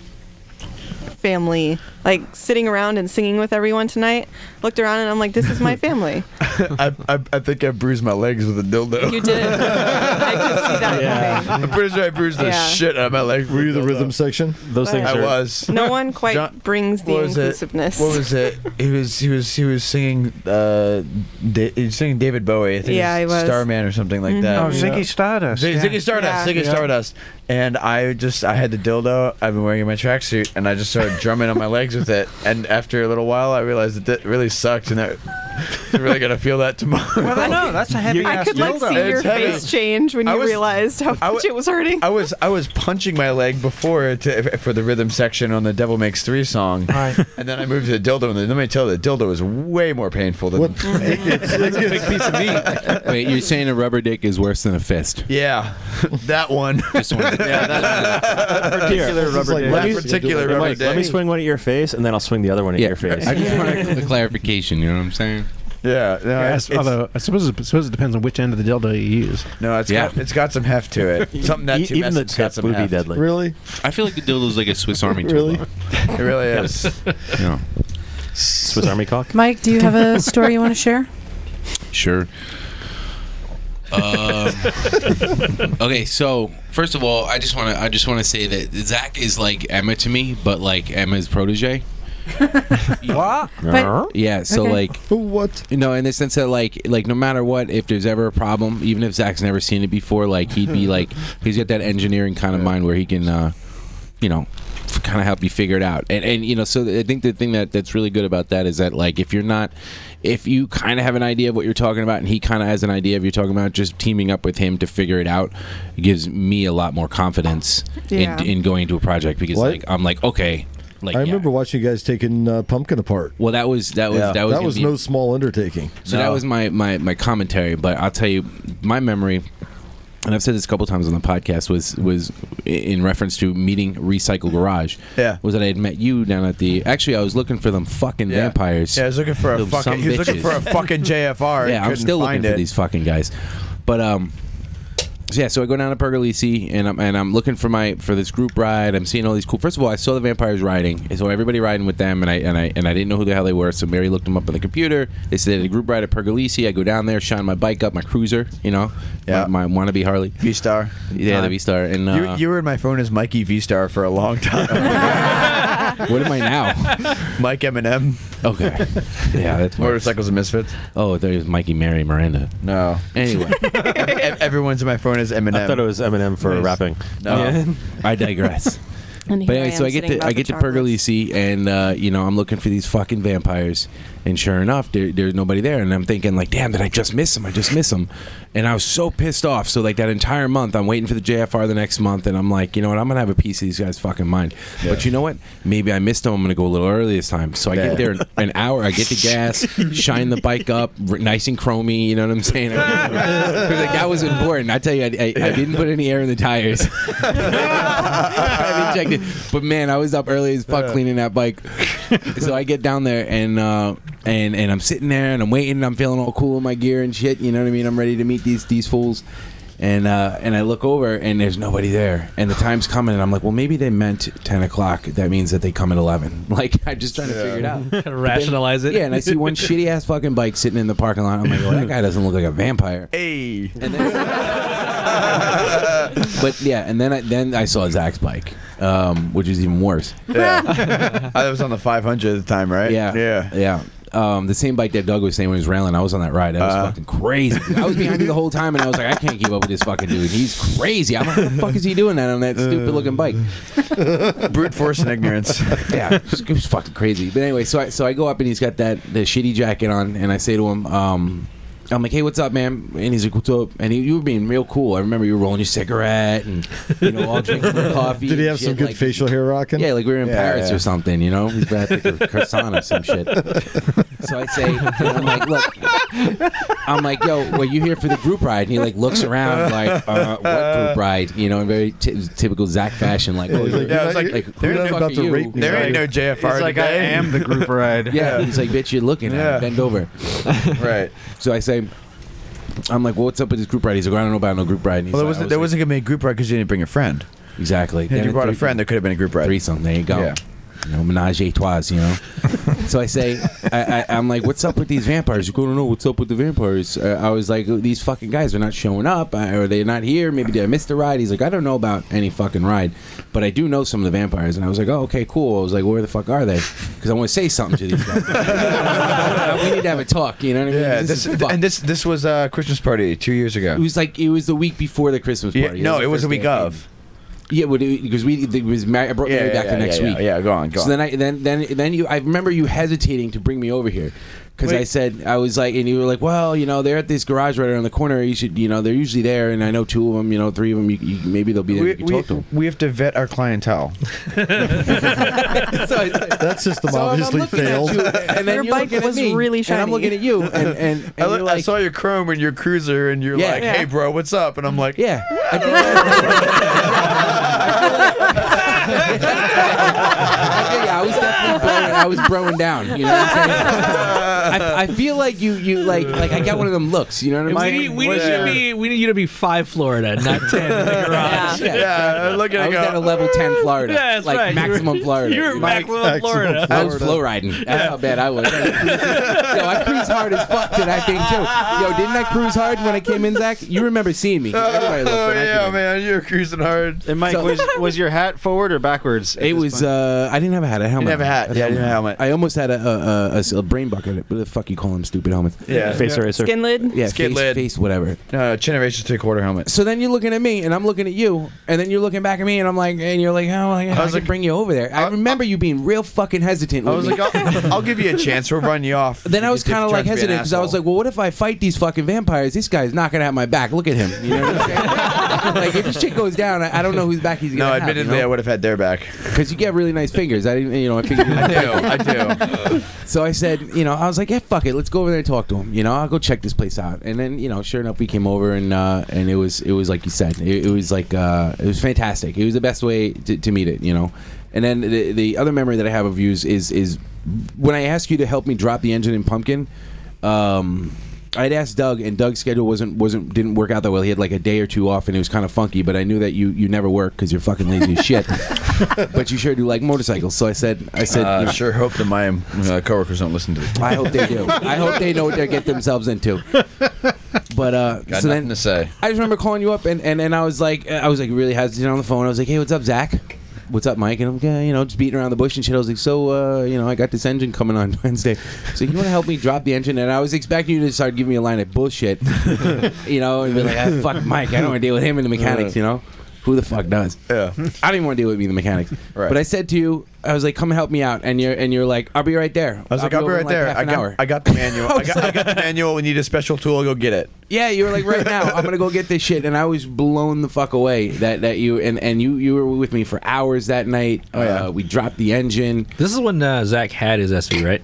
family. Like sitting around and singing with everyone tonight, looked around and I'm like, this is my family. I, I I think I bruised my legs with a dildo. You did. I'm pretty sure I bruised the Yeah. shit out of my legs. Were you the rhythm section? Those things I are- was. No one quite John- brings the What was it? inclusiveness. What was it? He was he was he was singing uh, da- he was singing David Bowie. I think Yeah, it he was. was Mm-hmm. Starman or something like that. Oh, Ziggy Yeah. Stardust, Z- yeah. Ziggy Yeah. Stardust. Ziggy Yeah. Stardust. And I just I had the dildo I've been wearing in my tracksuit, and I just started drumming on my legs with it. And after a little while, I realized that that really sucked, and that I'm really gonna feel that tomorrow. Well, I know that's a heavy. I could like see your It's heavy. face change when I you was- realized how I much it was hurting. I was I was punching my leg before to, for the rhythm section on the Devil Makes Three song, and then I moved to the dildo. And then let me tell you, the dildo is way more painful than. That's a big piece of meat. Wait, you're saying a rubber dick is worse than a fist? yeah, that one. particular rubber dick. That particular Hey, rubber Mike, Let me dick. swing one at your face, and then I'll swing the other one at your face. I just want the clarification. You know what I'm saying? Yeah. No, Yeah, I, it's, s- although I suppose, it, suppose it depends on which end of the dildo you use. no, it's got it's got some heft to it. Something that E- two even the messes got tip some would be heft. deadly. Really? I feel like the dildo is like a Swiss Army tool. Really? It really is. No. Swiss Army cock. Mike, do you have a story you want to share? Sure. Um, okay, so first of all, I just want to I just want to say that Zach is like Emma to me, but like Emma's protege. What? But- yeah, so Okay. like what? You know, in the sense that like like no matter what, if there's ever a problem, even if Zach's never seen it before, like he'd be like he's got that engineering kind of mind where he can uh you know kind of help you figure it out and and you know so i think the thing that that's really good about that is that like if you're not if you kind of have an idea of what you're talking about and he kind of has an idea of you're talking about just teaming up with him to figure it out gives me a lot more confidence Yeah. in, in going into a project because What? like i'm like okay like I remember watching you guys taking uh, pumpkin apart. well that was that was Yeah, that was gonna be- no small undertaking. so that was my, my my commentary, but I'll tell you my memory, and I've said this a couple times on the podcast was was in reference to meeting Recycle Garage. Yeah, was that I had met you down at the. Actually, I was looking for them fucking vampires. Yeah, I was looking for a Them fucking. some He was looking bitches. for a fucking JFR. and Yeah, I'm couldn't still find looking it. for these fucking guys, but um. So yeah, so I go down to Pergolesi and I'm and I'm looking for my for this group ride. I'm seeing all these cool. First of all, I saw the vampires riding, and so everybody riding with them, and I and I and I didn't know who the hell they were. So Mary looked them up on the computer. They said they had a group ride at Pergolesi. I go down there, shine my bike up, my cruiser, you know, yeah, my, my wannabe Harley V Star, yeah, the V Star, and uh, you, you were in my phone as Mikey V Star for a long time. what am I now? Mike Eminem. Okay. Yeah, that's Motorcycles and Misfits. Oh, there's Mikey Mary Miranda. No. Anyway, Ev- everyone's in my phone as Eminem. I thought it was Eminem for Nice. rapping. No. Yeah. I digress. And but here I anyway, so am I get sitting to by I the get to chocolates. Pergolesi, and uh, you know I'm looking for these fucking vampires, and sure enough, there, there's nobody there, and I'm thinking like, damn, did I just miss them? I just miss them, and I was so pissed off. So like that entire month, I'm waiting for the JFR the next month, and I'm like, you know what, I'm gonna have a piece of these guys' fucking mind. But you know what? Maybe I missed them. I'm gonna go a little early this time. So I Yeah. get there an, an hour. I get the gas, shine the bike up, r- nice and chromy. You know what I'm saying? 'Cause, like, that was important. I tell you, I, I, I didn't put any air in the tires. I haven't checked it. But man, I was up early as fuck cleaning that bike. so I get down there and uh, and and I'm sitting there and I'm waiting. And I'm feeling all cool in my gear and shit. You know what I mean? I'm ready to meet these these fools. And uh, and I look over and there's nobody there. And the time's coming and I'm like, well, maybe they meant 10 o'clock. That means that they come at 11. Like I'm just trying to figure it out. rationalize it. Yeah, and I see one shitty ass fucking bike sitting in the parking lot. I'm like, well, that guy doesn't look like a vampire. Hey. But yeah, and then I, then I saw Zach's bike, um, which is even worse. Yeah. I was on the 500 at the time, right? Yeah. Yeah. Yeah. Um, the same bike that Doug was saying when he was railing, I was on that ride. That was Uh. fucking crazy. I was behind you the whole time, and I was like, I can't keep up with this fucking dude. He's crazy. I'm like, how the fuck is he doing that on that stupid looking bike? Brute force and ignorance. yeah, it was, it was fucking crazy. But anyway, so I so I go up and he's got that the shitty jacket on, and I say to him, um, I'm like, hey, what's up, man? And he's like, what's up? And he, you were being real cool. I remember you were rolling your cigarette and you know all drinking your coffee. Did he and have some shit, good like- facial hair rocking? Yeah, like we were in Yeah, Paris yeah. or something, you know? He's about to think of croissant or some shit. So I say, I'm like, look, I'm like, yo, were you here for the group ride? And he like looks around like, uh, what group ride? You know, in very ty- typical Zach fashion, like, oh, Yeah, I was like, who there the ain't fuck about are to you? rape me, There ain't right? no JFR He's like, I today. am the group ride. Yeah, Yeah. he's like, bitch, you're looking at Yeah. me. Bend over. right. So I say, I'm like, well, what's up with this group ride? He's like, I don't know about no group ride. And he's Well, there like- I wasn't, there wasn't going to be a group ride because you didn't bring a friend. Exactly. Had you brought a friend, there could have been a group ride. Threesome. There you go. Yeah. You know, menage a trois, you know. so I say, I, I, I'm like, what's up with these vampires? You go, no, what's up with the vampires? Uh, I was like, these fucking guys are not showing up, I, or they're not here. Maybe they missed a ride. He's like, I don't know about any fucking ride, but I do know some of the vampires. And I was like, oh, okay, cool. I was like, where the fuck are they? Because I want to say something to these guys. we need to have a talk. You know what I mean? Yeah, This is this, and this this was a Christmas party two years ago. It was like it was the week before the Christmas Yeah, party. no, it was the the week of. Yeah, but it- because we it was Mary, I brought Yeah, Mary yeah, back the yeah, next yeah, week. yeah, go on, go so then I then then then you I remember you hesitating to bring me over here because I Wait. said I was like and you were like well you know they're at this garage right around the corner you should you know they're usually there and I know two of them you know three of them you, you, maybe they'll be there We, you can talk to we, we have to vet our clientele. That system So I'm obviously looking at failed. you, and then Your you're bike looking at was me, really And I'm shiny. looking at you, and and, and I, you're li- I like, saw your chrome and your cruiser, and you're Yeah. like, "Hey, bro, what's up?" And I'm like, "Yeah." yeah, I was definitely blowing, I was blowing down. You know what I'm saying? I, I feel like you, you like, like I got one of them looks. You know what I We, mean? need, we, need you to be, we need you to be five Florida, not ten. in the garage. Yeah, look at I it was go. at a level ten Florida, Yeah, that's like right. You were- maximum Florida. you were My- maximum Maximum Florida. I was Florida. flow riding. That's how bad I was. Yo, I cruised hard as fuck to that thing too. Yo, didn't I cruise hard when I came in, Zach? You remember seeing me? Everybody looked Oh when I came yeah, in. man, you're cruising hard. And Mike, So- was was your hat forward or backwards? It was. Uh, I didn't have a hat. I had a helmet. have a hat. I Yeah, you didn't have a helmet. I almost had a a, a- a s- a brain bucket. What the fuck you call them? Stupid helmets. Yeah. Face Yeah. eraser. Skin lid? Yeah. Skin face, lid. Face whatever. No, generation three quarter helmet. So then you're looking at me, and I'm looking at you, and then you're looking back at me, and I'm like, and you're like, how oh, I, I was like, bring you over there. I remember you being real fucking hesitant. I with was me. like, I'll, I'll give you a chance. We'll run you off. Then I You was just kind of try like to be an hesitant because I was asshole. like, well, what if I fight these fucking vampires? This guy's not gonna have my back. Look at him. You know what I'm saying? like if this shit goes down, I, I don't know whose back he's gonna no, have. admittedly, you know? I would have had their back. because you get really nice fingers. I didn't, you know, I figured. I do, I do. So I said, you know, I was like, yeah, fuck it, let's go over there and talk to him. You know, I'll go check this place out. And then, you know, sure enough, we came over and uh, and it was it was like you said, it, it was like uh, it was fantastic. It was the best way to, to meet it, you know. And then the, the other memory that I have of you is is when I asked you to help me drop the engine in pumpkin. Um, I'd asked Doug, and Doug's schedule wasn't wasn't didn't work out that well. He had like a day or two off, and it was kind of funky. But I knew that you you never work because you're fucking lazy as shit. But you sure do like motorcycles. So I said, I said, Uh, you know, sure hope that my uh, coworkers don't listen to this. I hope they do. I hope they know what they get themselves into. But uh, Got so nothing then to say. I just remember calling you up, and, and, and I was like, I was like really hesitant on the phone. I was like, hey, what's up, Zach? What's up, Mike? And I'm, uh, you know, just beating around the bush and shit. I was like, so, uh, you know, I got this engine coming on Wednesday. So you want to help me drop the engine? And I was expecting you to start giving me a line of bullshit, you know, and be like, ah, fuck Mike. I don't want to deal with him and the mechanics, you know? Who the fuck does? Yeah. I don't even want to deal with me and the mechanics. Right. But I said to you, I was like, come help me out. And you're, and you're like, I'll be right there. I was like, I'll be over in, right there. half I an got, hour. I got the manual. I, was got, I got the manual. We need a special tool. I'll go get it. Yeah, you were like, right now, I'm gonna go get this shit, and I was blown the fuck away that that you and and you you were with me for hours that night. Oh yeah, uh, we dropped the engine. This is when uh, Zach had his SV, right?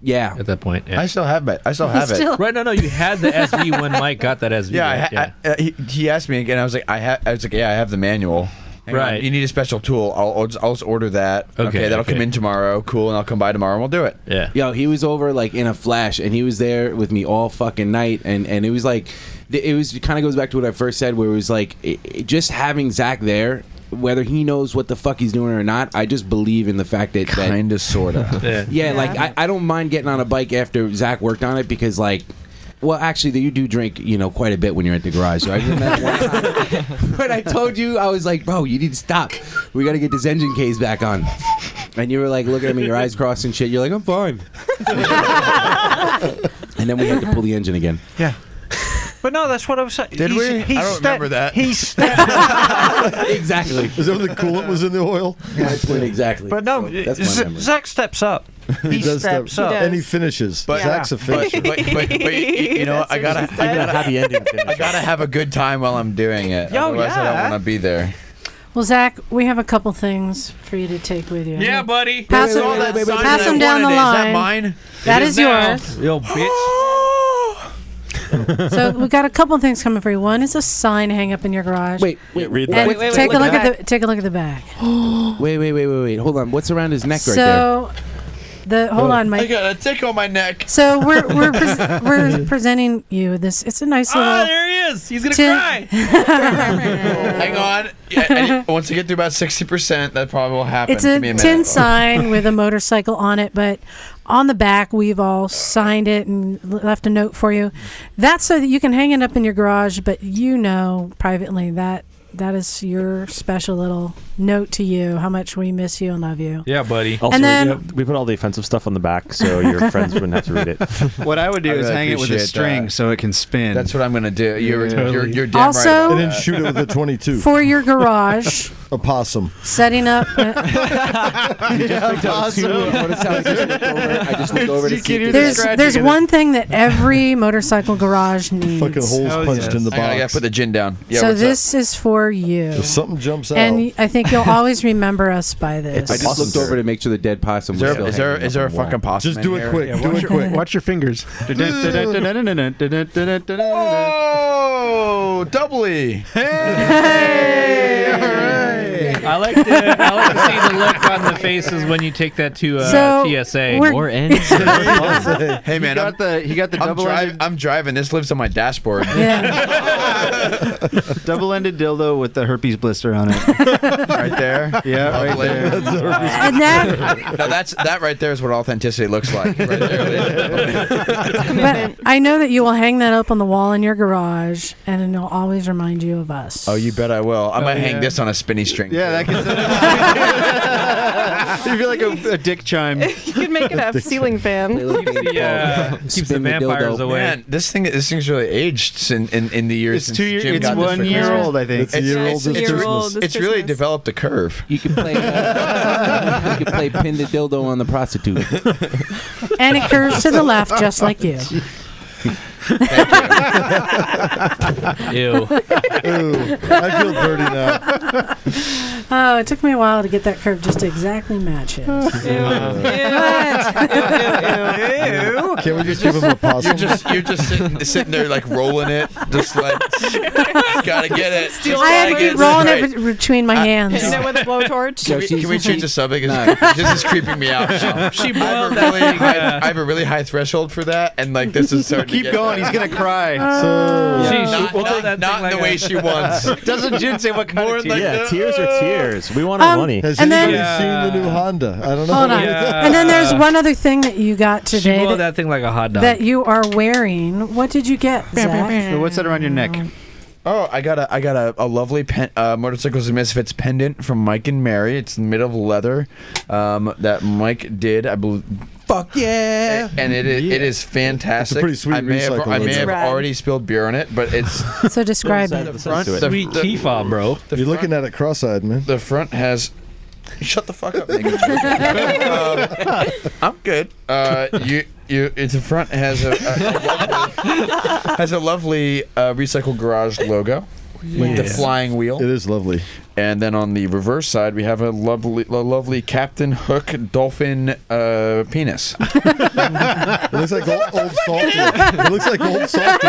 Yeah, at that point. I still have it. I still have it. Right? No, no. You had the SV when Mike got that SV. Yeah, I, right? ha- I, uh, he, he asked me again. I was like, I, ha- I was like, yeah, I have the manual. Hang on, Right. you need a special tool. I'll, I'll, just, I'll just order that. Okay, Okay, that'll okay. come in tomorrow. Cool, and I'll come by tomorrow and we'll do it. Yeah. Yo, he was over like in a flash, and he was there with me all fucking night, and and it was like, th- it was kind of goes back to what I first said, where it was like, it, it- just having Zach there. Whether he knows what the fuck he's doing or not, I just believe in the fact that kind of sorta. yeah. like I, I don't mind getting on a bike after Zach worked on it because like, well, actually, you do drink you know quite a bit when you're at the garage. So I remember that one time when I told you I was like, bro, you need to stop. We got to get this engine case back on. And you were like looking at me, your eyes crossed and shit. You're like, I'm fine. and then we had to pull the engine again. Yeah. But no, that's what I was saying. Did we? I don't remember that. He stepped. exactly. Is that when the coolant was in the oil? exactly. But no, Z- Zach steps up. He, does step- steps up. and he finishes. But Zach's a But, finisher. but, but, but you, you know, what? I gotta, I gotta happy ending. I gotta have a good time while I'm doing it. Yo, Otherwise, I yeah. don't want to be there. Well, Zach, we have a couple things for you to take with you. Yeah, buddy. Pass Wait, them, wait, wait, wait, wait, wait, pass wait, them wait, down the wait, line. wait, is that mine? That It is, is now. yours. Yo, bitch. so we got a couple things coming for you. One is a sign hang up in your garage. Wait, wait, read and that. Wait, wait, wait, take a look look at at the take a look at the back. Wait, wait, wait, wait, wait. Hold on. What's around his neck right Oh. there? so the hold on, Mike. got a tick on my neck. So we're we're pres- we're presenting you this. It's a nice little. Ah, there he is. He's gonna Tin- cry. Hang on. Yeah, and once I get through about sixty percent, that probably will happen. It's a, Give me a minute. tin sign with a motorcycle on it, but on the back we've all signed it and l- left a note for you. That's so that you can hang it up in your garage, but you know privately that that is your special little note to you. How much we miss you and love you. Yeah, buddy. Also, And then- you know, we put all the offensive stuff on the back, so your friends wouldn't have to read it. What I would do I is really hang it with a appreciate string that. so it can spin. That's what I'm gonna do. You're, you're, you're damn Also- right. about and then that. shoot it with a 22. For your garage, a possum. setting up. uh, I just looked over to see. if there's it's- there's one thing that every motorcycle garage needs. Fucking holes punched in the Hang on, I box. gotta put the gin down. Yeah, so what's up? this is for you. If something jumps and y- I think you'll always remember us by I this. just looked over to make sure the dead possum Is was there- still is there- hanging is up there a on the wall. fucking possum Just do in it here? quick, do it quick. Watch your fingers. Oh, doubly. Hey! I like to I like to see the look on the faces when you take that to uh, So, TSA. we're- More ends. hey man, I'm, the he got the double. I'm, driv- I'm driving. This lives on my dashboard. Double-ended dildo with the herpes blister on it. right there. Yeah, right there. And that, No, that's that right there is what authenticity looks like. Right there. but I know that you will hang that up on the wall in your garage, and it'll always remind you of us. oh, you bet I will. I might hang this on a spinny string. Yeah, that gets. you feel like a, a dick chime. you could make it a ceiling fan. Yeah, keeps the vampires away. uh, Man, this thing this thing's really aged in, in, in the years. It's since two year- Jim it's got this one for year Christmas. old, I think. It's a year old It's, this it's- Christmas. it's- this it's really Christmas. developed a curve. You can play. uh, you can play pin the dildo on the prostitute. and it curves to the left just like you. Ew. I feel dirty now. Oh, it took me a while to get that curve just to exactly match it. Ew, ew, ew, ew, ew. you. Can we just You're give him a possum? You're just you're just sitting, sitting there like rolling it, just like gotta get it. Just I had to gotta get keep it rolling straight. it be- between my hands. Isn't it with a blowtorch? Can we, can we change the subject? It's- This is creeping me out. now. She I have, a really high, I have a really high threshold for that, and like this is starting. Keep to get going, he's gonna cry. So- Yeah. Jeez, not, Uh, we'll not- do that not thing in the like way a- she wants. Doesn't June say what kind of yeah, tears are tears. We want our Um, money. Has And anybody then- seen the new Honda? I don't know. Uh, Hold on. And then there's one other thing that you got She today blew that, that thing like a hot dog. that you are wearing. What did you get, Zach? What's that around your neck? Oh, I got a I got a, a lovely pen, uh, motorcycles and misfits pendant from Mike and Mary. It's made of leather um, that Mike did. I believe. Fuck yeah! And it is, it is fantastic. pretty sweet I may have, recycle I may logo. have Rad. already spilled beer on it, but it's So describe the it. front. The, Sweet the- Tifa, bro. You're looking at it cross-eyed, man. The front has. Shut the fuck up, nigga. Um, I'm good. Uh, you, you. It's the front has a, a, a lovely, has a lovely uh, recycled garage logo with the Yes. flying wheel. It is lovely. And then on the reverse side, we have a lovely, a lovely Captain Hook dolphin uh, penis. It looks like old, old salty. It looks like old salty.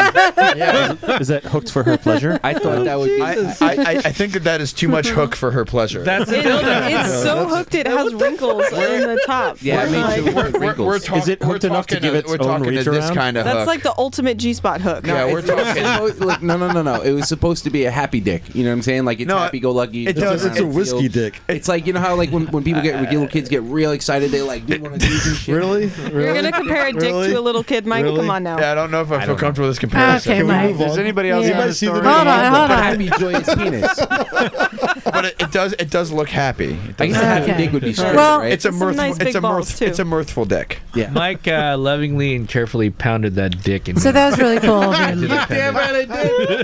Is that hooked for her pleasure? I thought that would be. I, I, I, I think that that is too much hook for her pleasure. That's It- it's so hooked it has wrinkles in the top. Yeah, me too. We're, we're, we're Wrinkles. talk- Is it we're hooked enough to talking give its we're own talking reach to this around? kind of That's hook. like the ultimate G spot hook. yeah, we're it's not talking. supposed- like, no, no, no, no. It was supposed to be a happy dick. You know what I'm saying? Like it's No, happy go lucky. it does. It's a whiskey dick. It's like you know how like when, when people get when little kids get real excited, they like do one of these and shit. Really? You're Really? gonna compare a dick Really? to a little kid, Mike? Really? Come on now. Yeah, I don't know if I, feel comfortable with this comparison. Okay, Can we Mike. move on? Does anybody else Yeah. have Anybody a see the story? Hold on, hold on. Happy joyous penis. But it, it does. It does look happy. It I does guess a happy Okay. dick would be straight, Well- right? it's a Some mirthful. nice it's big a balls, mirth, too. It's a mirthful dick. yeah. Mike uh, lovingly and carefully pounded that dick in So me. that was really cool. of Into you. the Damn right pendant. I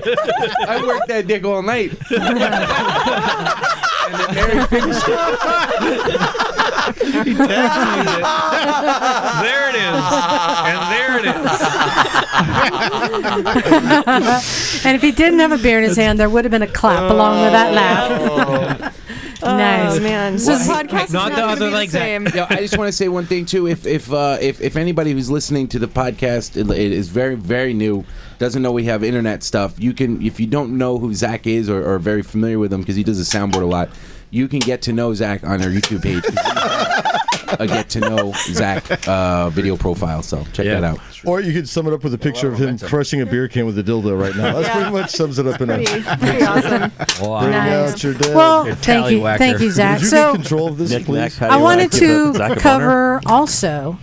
did. I worked that dick all night. and then Mary finished it. There it is. And there it is. and if he didn't have a beer in his hand, there would have been a clap along with that laugh. Oh Nice. man, So this Hey, podcast is not not the gonna other be the like that. same. Yo, I just want to say one thing too. If if uh, if if anybody who's listening to the podcast it- it is very very new, doesn't know we have internet stuff, you can if you don't know who Zach is or, or very familiar with him because he does the soundboard a lot, you can get to know Zach on our YouTube page. a get to know Zach uh, video profile. So check Yeah. that out. Or you could sum it up with a picture of him crushing a beer can with a dildo right now. That's Yeah. pretty much sums it up in a. Pretty, Bring pretty awesome. Wow. Nice. out your dad. Well, You're thank you, tallywhacker. thank you, Zach. Would you So be in control of this, Knick-knack, please? how do I you wanted like it? Is to that Zach a boner? cover also.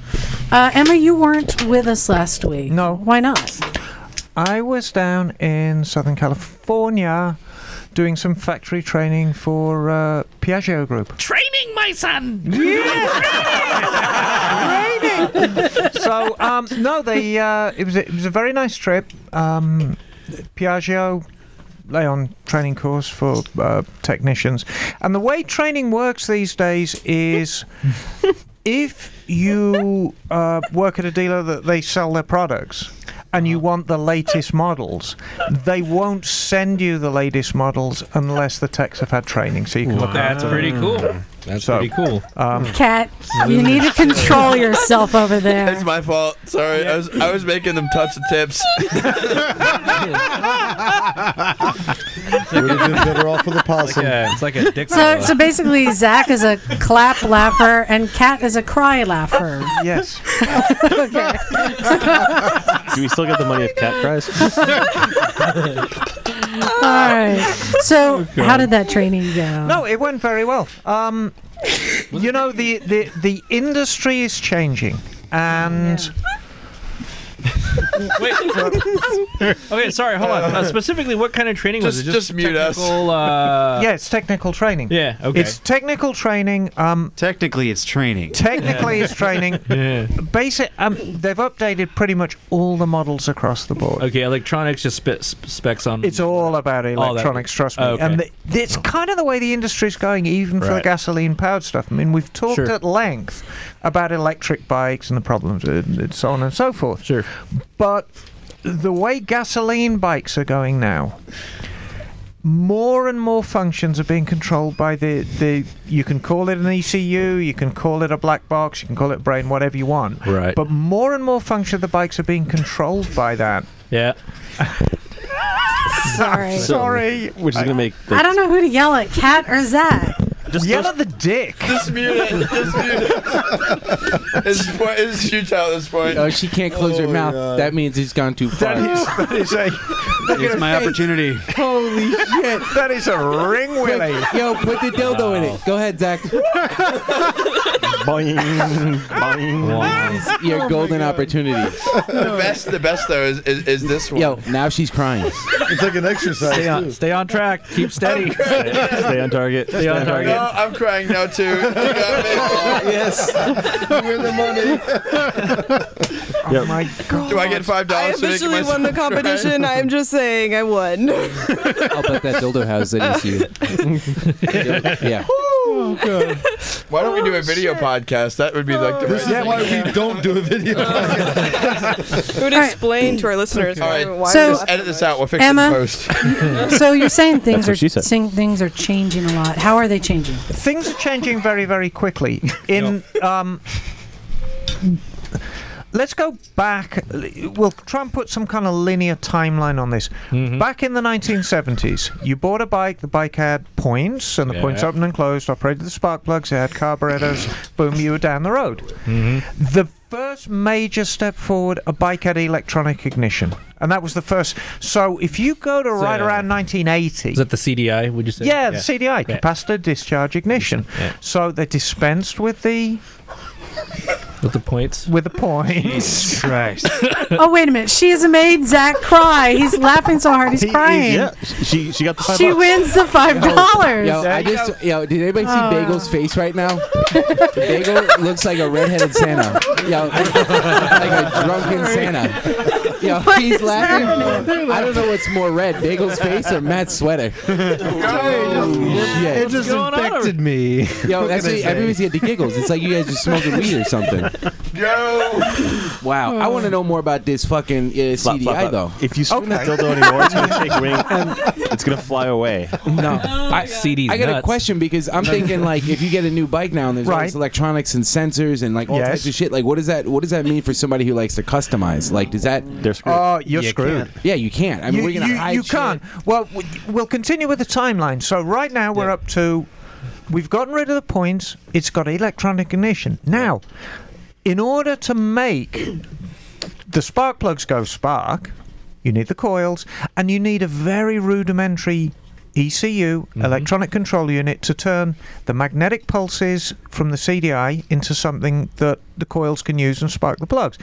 Uh, Emma, you weren't with us last week. No. Why not? I was down in Southern California doing some factory training for uh, Piaggio Group. Training my son. so um, no, they uh, it was a, it was a very nice trip. Um, Piaggio lay on training course for uh, technicians, and the way training works these days is. If you uh, work at a dealer that they sell their products and you want the latest models, they won't send you the latest models unless the techs have had training. So you can look at That's them. pretty cool. That's So- pretty cool. Oh. Um, Cat, you need to control yourself over It's there. my fault. Sorry, I was I was making them touch the tips. Would have been better off with a possum. Yeah, it's like a dick. So, pillow. so basically, Zach is a clap laugher and Cat is a cry laugher. yes. Okay. Do we still get the money if cat cries? All right. So, how did that training go? No, it went very well. Um, you know, the, the, the industry is changing. And Wait. okay, sorry. Hold on. Uh, specifically, what kind of training was it? Just- just mute us. technical, Uh, yeah, it's technical training. Yeah. Okay. It's technical training. Um, Technically, it's training. technically, it's training. yeah. Basic. Um, they've updated pretty much all the models across the board. Okay. Electronics just spe- sp- specs on. It's all about electronics, trust me. Oh, Okay. And the, it's kind of the way the industry's going, even for the Right. gasoline powered stuff. I mean, we've talked Sure. at length about electric bikes and the problems, and and so on and so forth. Sure. But the way gasoline bikes are going now, more and more functions are being controlled by the, the you can call it an ECU, you can call it a black box, you can call it brain, whatever you want. Right. But more and more function of the bikes are being controlled by that. Yeah. Sorry. Sorry. Which is going to make. I don't know who to yell at, Cat or Zach. Just yell at the dick. Dismute it. Dismute it. It's, po- it's huge out at this point. Oh, she can't close her mouth. That means he's gone too far. That is, that is It's my opportunity. Holy shit. That is a ring willy. Yo, put the dildo in it. Go ahead, Zach. boing, boing. This is Your golden opportunity. The best, the best though is, is, is this one. Yo, now she's crying. It's like an exercise. Stay on, too. stay on track. Keep steady. Stay on target. Stay on target. No, I'm crying now too. You got me. Yes. We're the money. Oh my god. Do I get five I dollars? officially won the competition. I am just saying I won. I'll bet that dildo has an issue. yeah. Oh, Why don't we Oh, do a video podcast? That would be like the. This right is why we don't do a video. It would explain to our listeners All right. why, why So- we Just left. edit this out. We'll fix it Emma? in post. so you're saying things That's what are she said. saying things are changing a lot. How are they changing? things are changing very, very quickly. In um, let's go back. We'll try and put some kind of linear timeline on this. Mm-hmm. Back in the 1970s, you bought a bike. The bike had points, and the points Yeah. opened and closed, operated the spark plugs, it had carburetors. boom, you were down the road. Mm-hmm. The first major step forward, a bike had electronic ignition. And that was the first. So if you go to right uh, around 1980. Is that the CDI? Would you say? Yeah, the CDI, Yeah. capacitor discharge ignition. Yeah. So they dispensed with the With the points. with the points. Christ. Oh wait a minute. She has made Zach cry. He's laughing so hard he's crying. Yeah, she she got the five She bucks. wins the five dollars. Uh. Yo, I just yo, did anybody see Bagel's face right now? Bagel looks like a redheaded Santa. Yo, like a drunken Santa. Yo, What he's is laughing. I don't know what's more red, Bagel's face or Matt's sweater. Yeah. It just infected me. Yo, that's what, everybody's getting giggles. It's like you guys just smoking weed or something. Go. Wow, I want to know more about this fucking uh, Flap, CDI flap, flap. though. If you spin that dildo anymore, it's going to take wing. and it's going to fly away. No, I, CD's I got a nuts. question because I'm thinking like if you get a new bike now and there's all Right. this electronics and sensors and like all Yes. types of shit. Like, what does that? What does that mean for somebody who likes to customize? Like, does that? They're screwed. Oh, you're screwed. Yeah, you can't. I mean, you we're gonna you, hide you shit. can't. Well, we, we'll continue with the timeline. So right now we're up to we've gotten rid of the points. It's got electronic ignition. Now, in order to make the spark plugs go spark, you need the coils and you need a very rudimentary ECU, Mm-hmm. electronic control unit, to turn the magnetic pulses from the CDI into something that the coils can use and spark the plugs.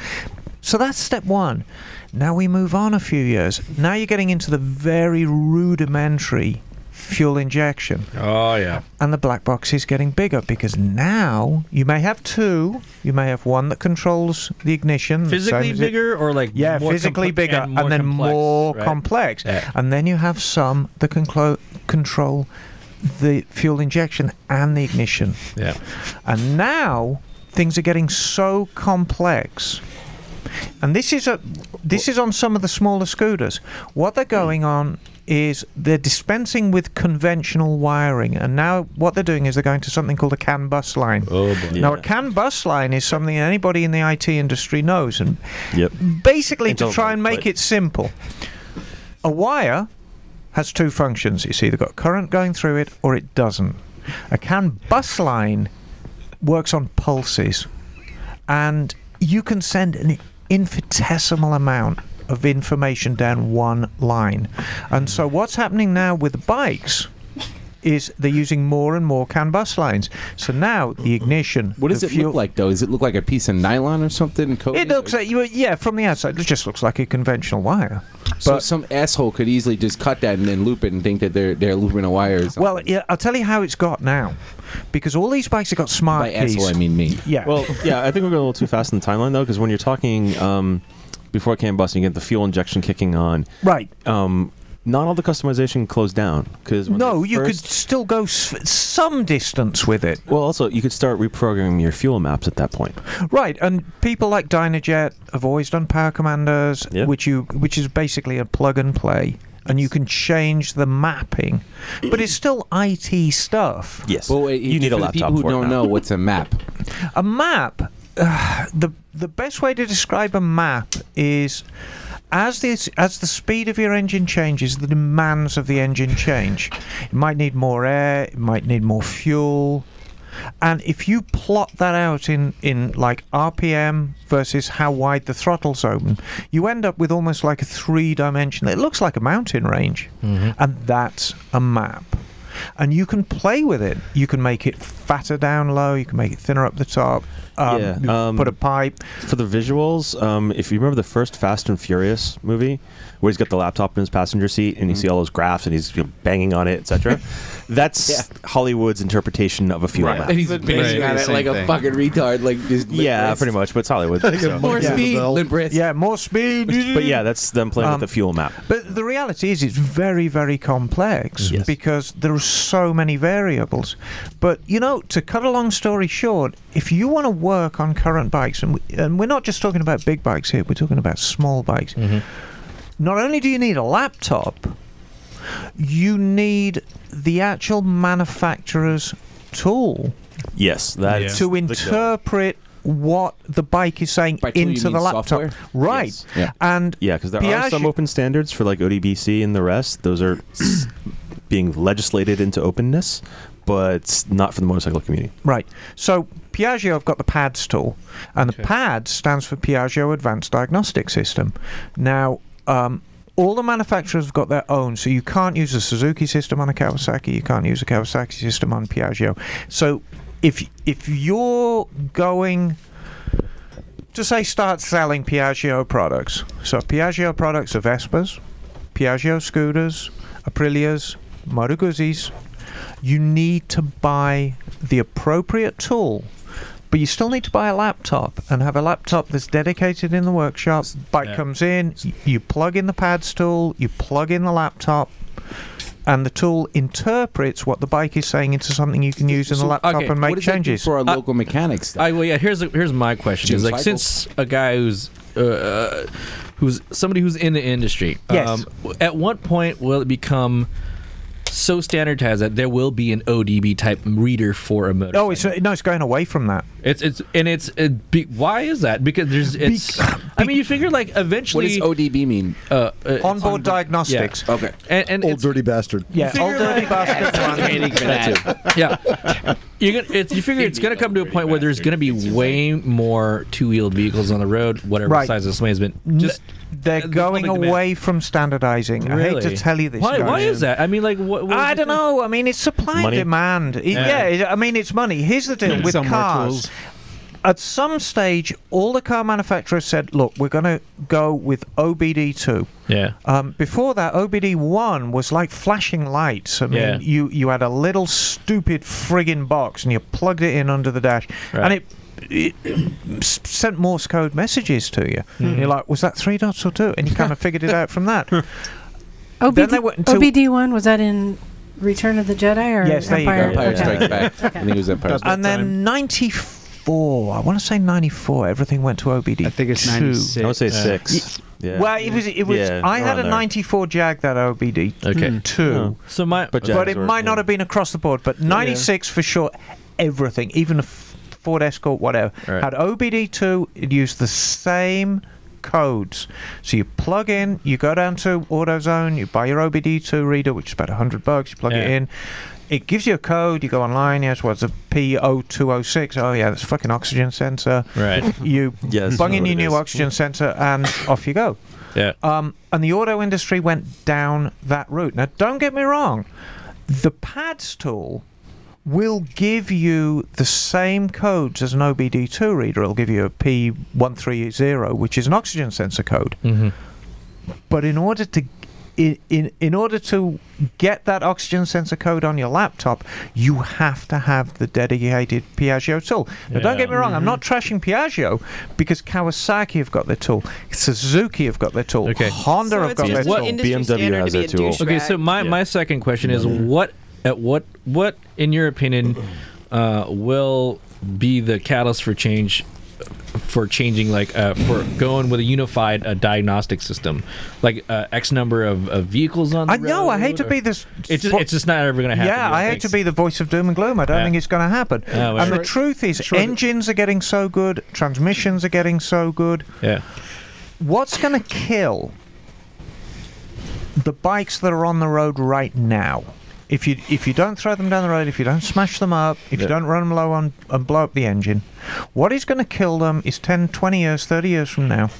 So that's step one. Now we move on a few years. Now you're getting into the very rudimentary fuel injection Oh yeah. and the black box is getting bigger because now you may have two. You may have one that controls the ignition, the Physically same as it- bigger or like yeah, more physically compl- bigger, and, then complex, more right? complex, Yeah. and then you have some that can clo- control the fuel injection and the ignition. Yeah. And now things are getting so complex. And this is a this is on some of the smaller scooters. What they're going on is they're dispensing with conventional wiring and now what they're doing is they're going to something called a CAN bus line. Oh boy. Now a CAN bus line is something anybody in the IT industry knows and Yep. basically It's to all try right, and make but- it simple. A wire has two functions. It's either got current going through it or it doesn't. A CAN bus line works on pulses, and you can send an infinitesimal amount of information down one line. And so, what's happening now with the bikes? Is they're using more and more CAN bus lines. So now the ignition. What does the it fuel, look like though? Does it look like a piece of nylon or something? coated? It looks like you. Yeah, from the outside, it just looks like a conventional wire. so. but- Some asshole could easily just cut that and then loop it and think that they're they're looping a wire. Or something. Well, yeah, I'll tell you how it's got now, because all these bikes have got smart by keys. asshole I mean me. yeah. Well, yeah, I think we're going a little too fast in the timeline though, because when you're talking um, before CAN bus, and you get the fuel injection kicking on. right. Um, not all the customization closed down because No, you could still go s- some distance with it. Well, also you could start reprogramming your fuel maps at that point. Right, and people like Dynajet have always done Power Commanders, Yeah. which you which is basically a plug and play. and you can change the mapping. But it's still IT stuff. Yes. Well, wait, You need for a the laptop People who for it don't now. know what's a map. A map. Uh, the the best way to describe a map is as this as the speed of your engine changes, the demands of the engine change. It might need more air. It might need more fuel. And if you plot that out in, in like RPM versus how wide the throttle's open, you end up with almost like a three dimension. It looks like a mountain range. And that's a map and you can play with it. You can make it fatter down low. You can make it thinner up the top. Um, you put a pipe for the visuals. Um, if you remember the first Fast and Furious movie, where he's got the laptop in his passenger seat Mm-hmm. and you see all those graphs and he's you know, banging on it, etc. That's Hollywood's interpretation of a fuel map. And he's banging on it like a fucking retard. Like just yeah, pretty much. But it's Hollywood. so. Yeah, more speed. But yeah, that's them playing Um, with the fuel map. But the reality is, it's very, very complex because there are so many variables. But you know, to cut a long story short, if you want to work on current bikes, and, we, and we're not just talking about big bikes here, we're talking about small bikes. Not only do you need a laptop, you need the actual manufacturer's tool Yes, that's to the- interpret what the bike is saying tool, you into the mean laptop. software? Right. Yeah. And Yeah, because there are Piaget- some open standards for like ODBC and the rest. Those are s- being legislated into openness, but not for the motorcycle community. Right. So Piaggio have got the PADS tool, and the PADS stands for Piaggio Advanced Diagnostic System. Now, um, all the manufacturers have got their own, so you can't use a Suzuki system on a Kawasaki, you can't use a Kawasaki system on Piaggio. So if if you're going to say start selling Piaggio products. So Piaggio products are Vespas, Piaggio scooters, Aprilias, Moto Guzzis. You need to buy the appropriate tool, but you still need to buy a laptop and have a laptop that's dedicated in the workshop. Bike yeah. comes in, y- you plug in the pads tool, you plug in the laptop. And the tool interprets what the bike is saying into something you can use in the So, laptop okay, and make what does that do changes. for our Uh, local mechanics. I well yeah. Here's here's my question: is Jim like Cycle. since a guy who's uh, who's somebody who's in the industry, um, Yes. at what point will it become so standardized that there will be an ODB type reader for a motor? Oh, it's, no, it's going away from that. It's it's and it's it be, why is that? Because there's it's. I mean, you figure like eventually. What does ODB mean? Uh, uh, Onboard yeah. diagnostics. Okay. And, and old dirty bastard. Yeah, figure old dirty like- bastard. yeah, you're gonna, it's, you figure it's going to come to a point where there's going to be way more two-wheeled vehicles on the road, whatever Right. size this one has been. N- Just they're going demand. away from standardizing. I hate Really? to tell you this. Why, guys. why is that? I mean, like, what? what I don't know. I mean, it's supply Money? and demand. It- Yeah. yeah, it- I mean, it's money. Here's the deal with Some more cars. tools. At some stage, all the car manufacturers said, "Look, we're going to go with OBD2." Yeah. Um, before that, OBD1 was like flashing lights. I mean, Yeah. you, you had a little stupid friggin' box and you plugged it in under the dash, and it, it s- sent Morse code messages to you. Hmm. And you're like, was that three dots or two? And you kind of figured it out from that. OBD, Then they went into- OBD one was that in Return of the Jedi or Yes, there you go. Empire? Empire Okay. Strikes Back. I think it was Empire Strikes And then 94, I want to say 94, everything went to OBD. I think it's Uh, 96. I would say six. Yeah. Well, it was. It was. Yeah, I had around a there. '94 Jag that OBD. Okay. Hmm. Mm. Two. Oh. So my, but, But Jags it were- might not have been across the board. But '96 for sure. Everything, even a F- Ford Escort, whatever, Right. had OBD two. It used the same codes. So you plug in, you go down to AutoZone, you buy your OBD two reader, which is about hundred bucks. You plug it Yeah. in. It gives you a code. You go online. Yes, what's a P0206? Oh yeah, that's fucking oxygen sensor. Right. You Yeah, that's bung in what your it new is. oxygen sensor and off you go. Yeah. Um, and the auto industry went down that route. Now, don't get me wrong, the PADS tool will give you the same codes as an OBD2 reader. It'll give you a P130, which is an oxygen sensor code. But in order to in, in in order to get that oxygen sensor code on your laptop, you have to have the dedicated Piaggio tool. Now, don't get me wrong, I'm not Mm-hmm. trashing Piaggio because Kawasaki have got their tool, Suzuki have got their tool, Honda have got their tool, Okay, so my, my second question is what at what what in your opinion uh, will be the catalyst for change for changing like uh, for going with a unified uh, diagnostic system, like uh, X number of, of vehicles on. The I know, I hate road, to or- be this- It's just, it's just not ever going to happen. Yeah, I hate to be the voice of doom and gloom. I don't Yeah. think it's going to happen. Yeah, well- and the Sure. truth is, engines are getting so good, transmissions are getting so good. Yeah. What's going to kill the bikes that are on the road right now? If you if you don't throw them down the road, if you don't smash them up, if you don't run them low on and blow up the engine, what is going to kill them is 10, 20 years, 30 years from now,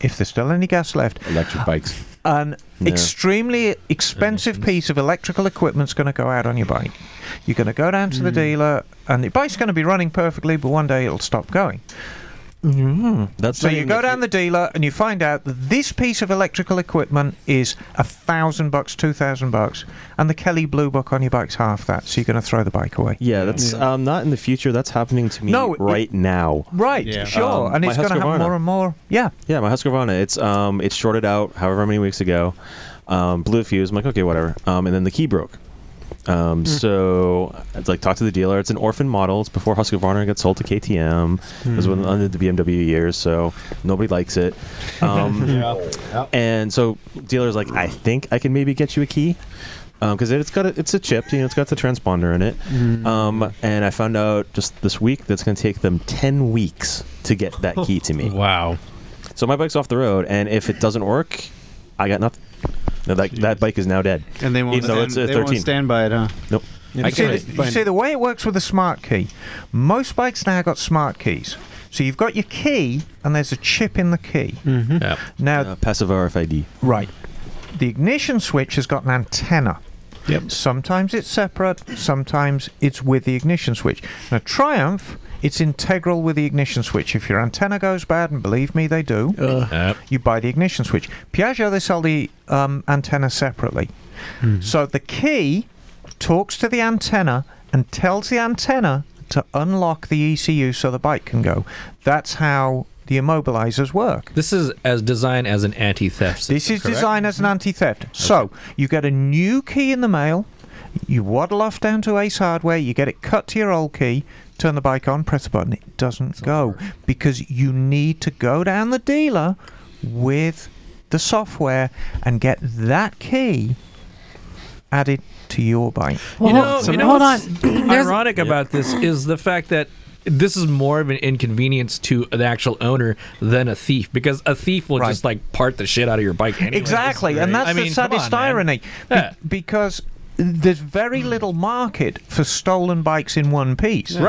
if there's still any gas left, electric bikes. an Yeah. extremely expensive piece of electrical equipment's going to go out on your bike. You're going to go down Hmm. to the dealer, and the bike's going to be running perfectly, but one day it'll stop going. That's Mm-hmm. so not you even go the- down the dealer and you find out that this piece of electrical equipment is a thousand bucks, two thousand bucks, and the Kelly Blue Book on your bike's half that. So you're going to throw the bike away. Yeah, that's um, not in the future. That's happening to me No, it- right now. Right, sure, and um, my it's going to happen Husqvarna. more and more. Yeah. Yeah, my Husqvarna. It's um, it's shorted out however many weeks ago. Um, blew a fuse. I'm like, okay, whatever. Um, and then the key broke. Um, so it's like talked to the dealer. It's an orphan model. It's before Husqvarna got sold to KTM. It was when, under the BMW years, so nobody likes it. Um, Yeah. And so dealer's like, I think I can maybe get you a key. Because it's got a, it's a chip, you know, it's got the transponder in it, Mm. um, and I found out just this week that's going to take them ten weeks to get that key to me. wow! So my bike's off the road, and if it doesn't work, I got nothing. No, that, that bike is now dead. And they won't Even though stand- it's a they 13. won't stand by it, huh? Nope. You see, the, you see the way it works with a smart key. Most bikes now got smart keys, so you've got your key and there's a chip in the key. Mm-hmm. Yeah. Now, passive RFID. Right. The ignition switch has got an antenna. Yep. Sometimes it's separate, sometimes it's with the ignition switch. Now, Triumph, it's integral with the ignition switch. If your antenna goes bad, and believe me, they do, you buy the ignition switch. Piaggio, they sell the um, antenna separately. So the key talks to the antenna and tells the antenna to unlock the ECU so the bike can go. That's how the immobilizers work. This is as designed as an anti-theft. System, This is correct? designed as an anti-theft. So you get a new key in the mail. You waddle off down to Ace Hardware. You get it cut to your old key. Turn the bike on. Press the button. It doesn't go because you need to go down the dealer with the software and get that key added to your bike. you know, you know what's ironic about this is the fact that this is more of an inconvenience to the actual owner than a thief because a thief will just like part the shit out of your bike anyway. Exactly, and that's the saddest irony be- because there's very little market for stolen bikes in one piece. And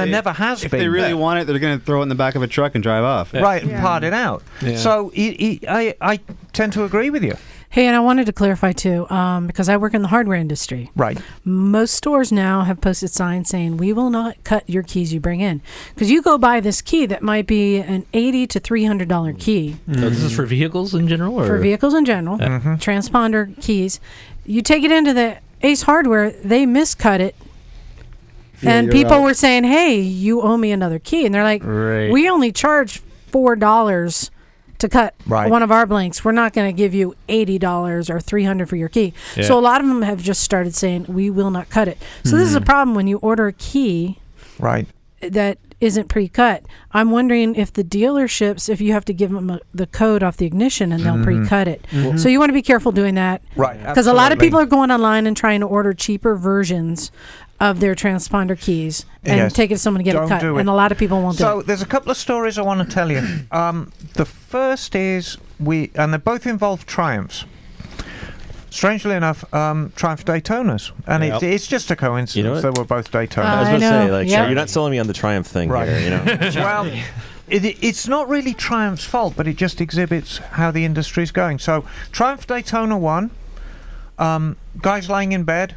there never has if been. they really want it, they're going to throw it in the back of a truck and drive off. Right, and part it out. Yeah. So i I, I I tend to agree with you. Hey, and I wanted to clarify too, um, because I work in the hardware industry. Right. Most stores now have posted signs saying, "We will not cut your keys you bring in," because you go buy this key that might be an eighty to three hundred dollar key So this is for vehicles in general, or for vehicles in general, Yeah. transponder keys. You take it into the Ace Hardware, they miscut it. Yeah, and you're people out. were saying, "Hey, you owe me another key," and they're like, Right. "We only charge four dollars to cut Right. one of our blanks. We're not going to give you eighty dollars or three hundred for your key." Yeah. So a lot of them have just started saying, "We will not cut it." So this is a Hmm. Mhm. problem when you order a key Right. that isn't pre-cut. I'm wondering if the dealerships, if you have to give them a, the code off the ignition and they'll Mhm. pre-cut it. Mhm. So you want to be careful doing that, Right. Because a lot of absolutely. people are going online and trying to order cheaper versions of their transponder keys and Yes. take it to someone to get Don't it cut, do it. and a lot of people won't So do it. there's a couple of stories I want to tell you. Um, the first is we, and they both involve triumphs. Strangely enough, um, Triumph Daytonas, and Yep. it, it's just a coincidence You know what? they were both Daytonas. I was gonna say, like, you're not selling me on the Triumph thing Right. here, you know? well, it, it's not really Triumph's fault, but it just exhibits how the industry's going. So, Triumph Daytona 1, um, guy's laying in bed.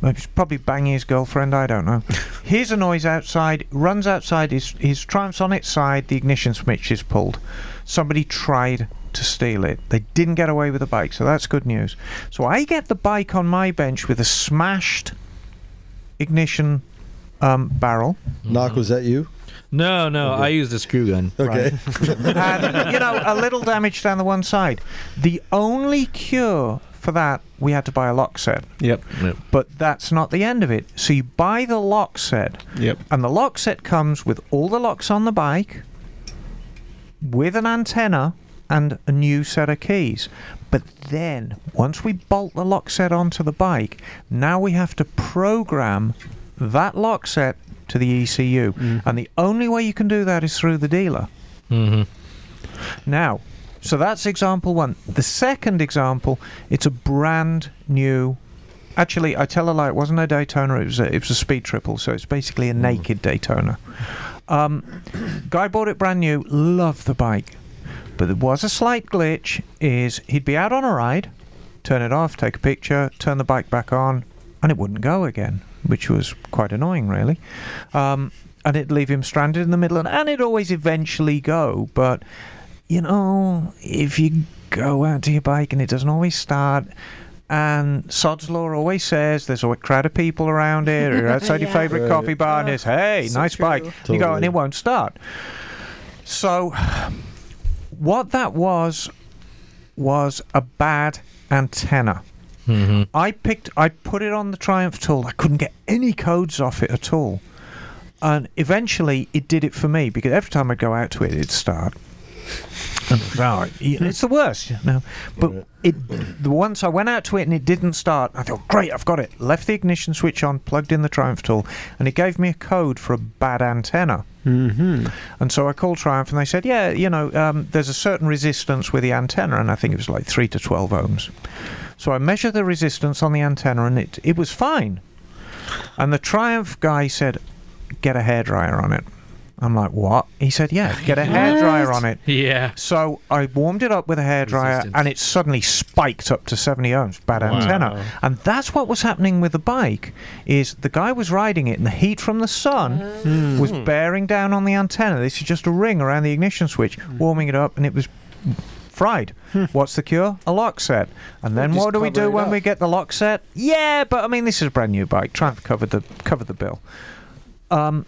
He's probably banging his girlfriend, I don't know. Hears a noise outside, runs outside, his, his Triumph's on its side, the ignition switch is pulled. Somebody tried to steal it. They didn't get away with the bike, so that's good news. So I get the bike on my bench with a smashed ignition um, barrel. Knock, was that you? No, no, I used a screw gun. Okay. and, you know, a little damage down the one side. The only cure for that, we had to buy a lock set. Yep. yep. But that's not the end of it. So you buy the lock set. Yep. And the lock set comes with all the locks on the bike, with an antenna and a new set of keys. But then, once we bolt the lock set onto the bike, now we have to program that lock set to the ECU. And the only way you can do that is through the dealer. Mm-hmm. Now, so that's example one. The second example, it's a brand new. Actually, I tell a lie. It wasn't a Daytona. It was a, it was a Speed Triple. So it's basically a naked Daytona. Um, guy bought it brand new. Loved the bike, but there was a slight glitch. Is he'd be out on a ride, turn it off, take a picture, turn the bike back on, and it wouldn't go again, which was quite annoying, really. Um, and it'd leave him stranded in the middle, and, and it'd always eventually go, but you know, if you go out to your bike and it doesn't always start, and Sod's Law always says there's a crowd of people around here, you're outside your Yeah. favourite Right. coffee bar, and it's, hey, So nice true. bike. You go, and Totally. it won't start. So, what that was, was a bad antenna. Mm-hmm. I picked, I put it on the Triumph tool. I couldn't get any codes off it at all, and eventually it did it for me because every time I go out to it, it'd start. And it's, oh, you know, it's the worst, you know. But it, the once I went out to it and it didn't start, I thought, great, I've got it. Left the ignition switch on, plugged in the Triumph tool, and it gave me a code for a bad antenna. Mm-hmm. And so I called Triumph and they said, yeah, you know, um, there's a certain resistance with the antenna, and I think it was like 3 to 12 ohms. So I measured the resistance on the antenna and it, it was fine. And the Triumph guy said, get a hairdryer on it. I'm like, what? He said, yeah, get a hairdryer on it. Yeah. So I warmed it up with a hairdryer and it suddenly spiked up to 70 ohms, bad Wow. antenna. And that's what was happening with the bike is the guy was riding it and the heat from the sun Hmm. was bearing down on the antenna. This is just a ring around the ignition switch, warming it up and it was fried. Hmm. What's the cure? A lock set. And then Just what do we cover do it when up. we get the lock set? Yeah, but I mean this is a brand new bike. Triumph covered the covered the bill. Um,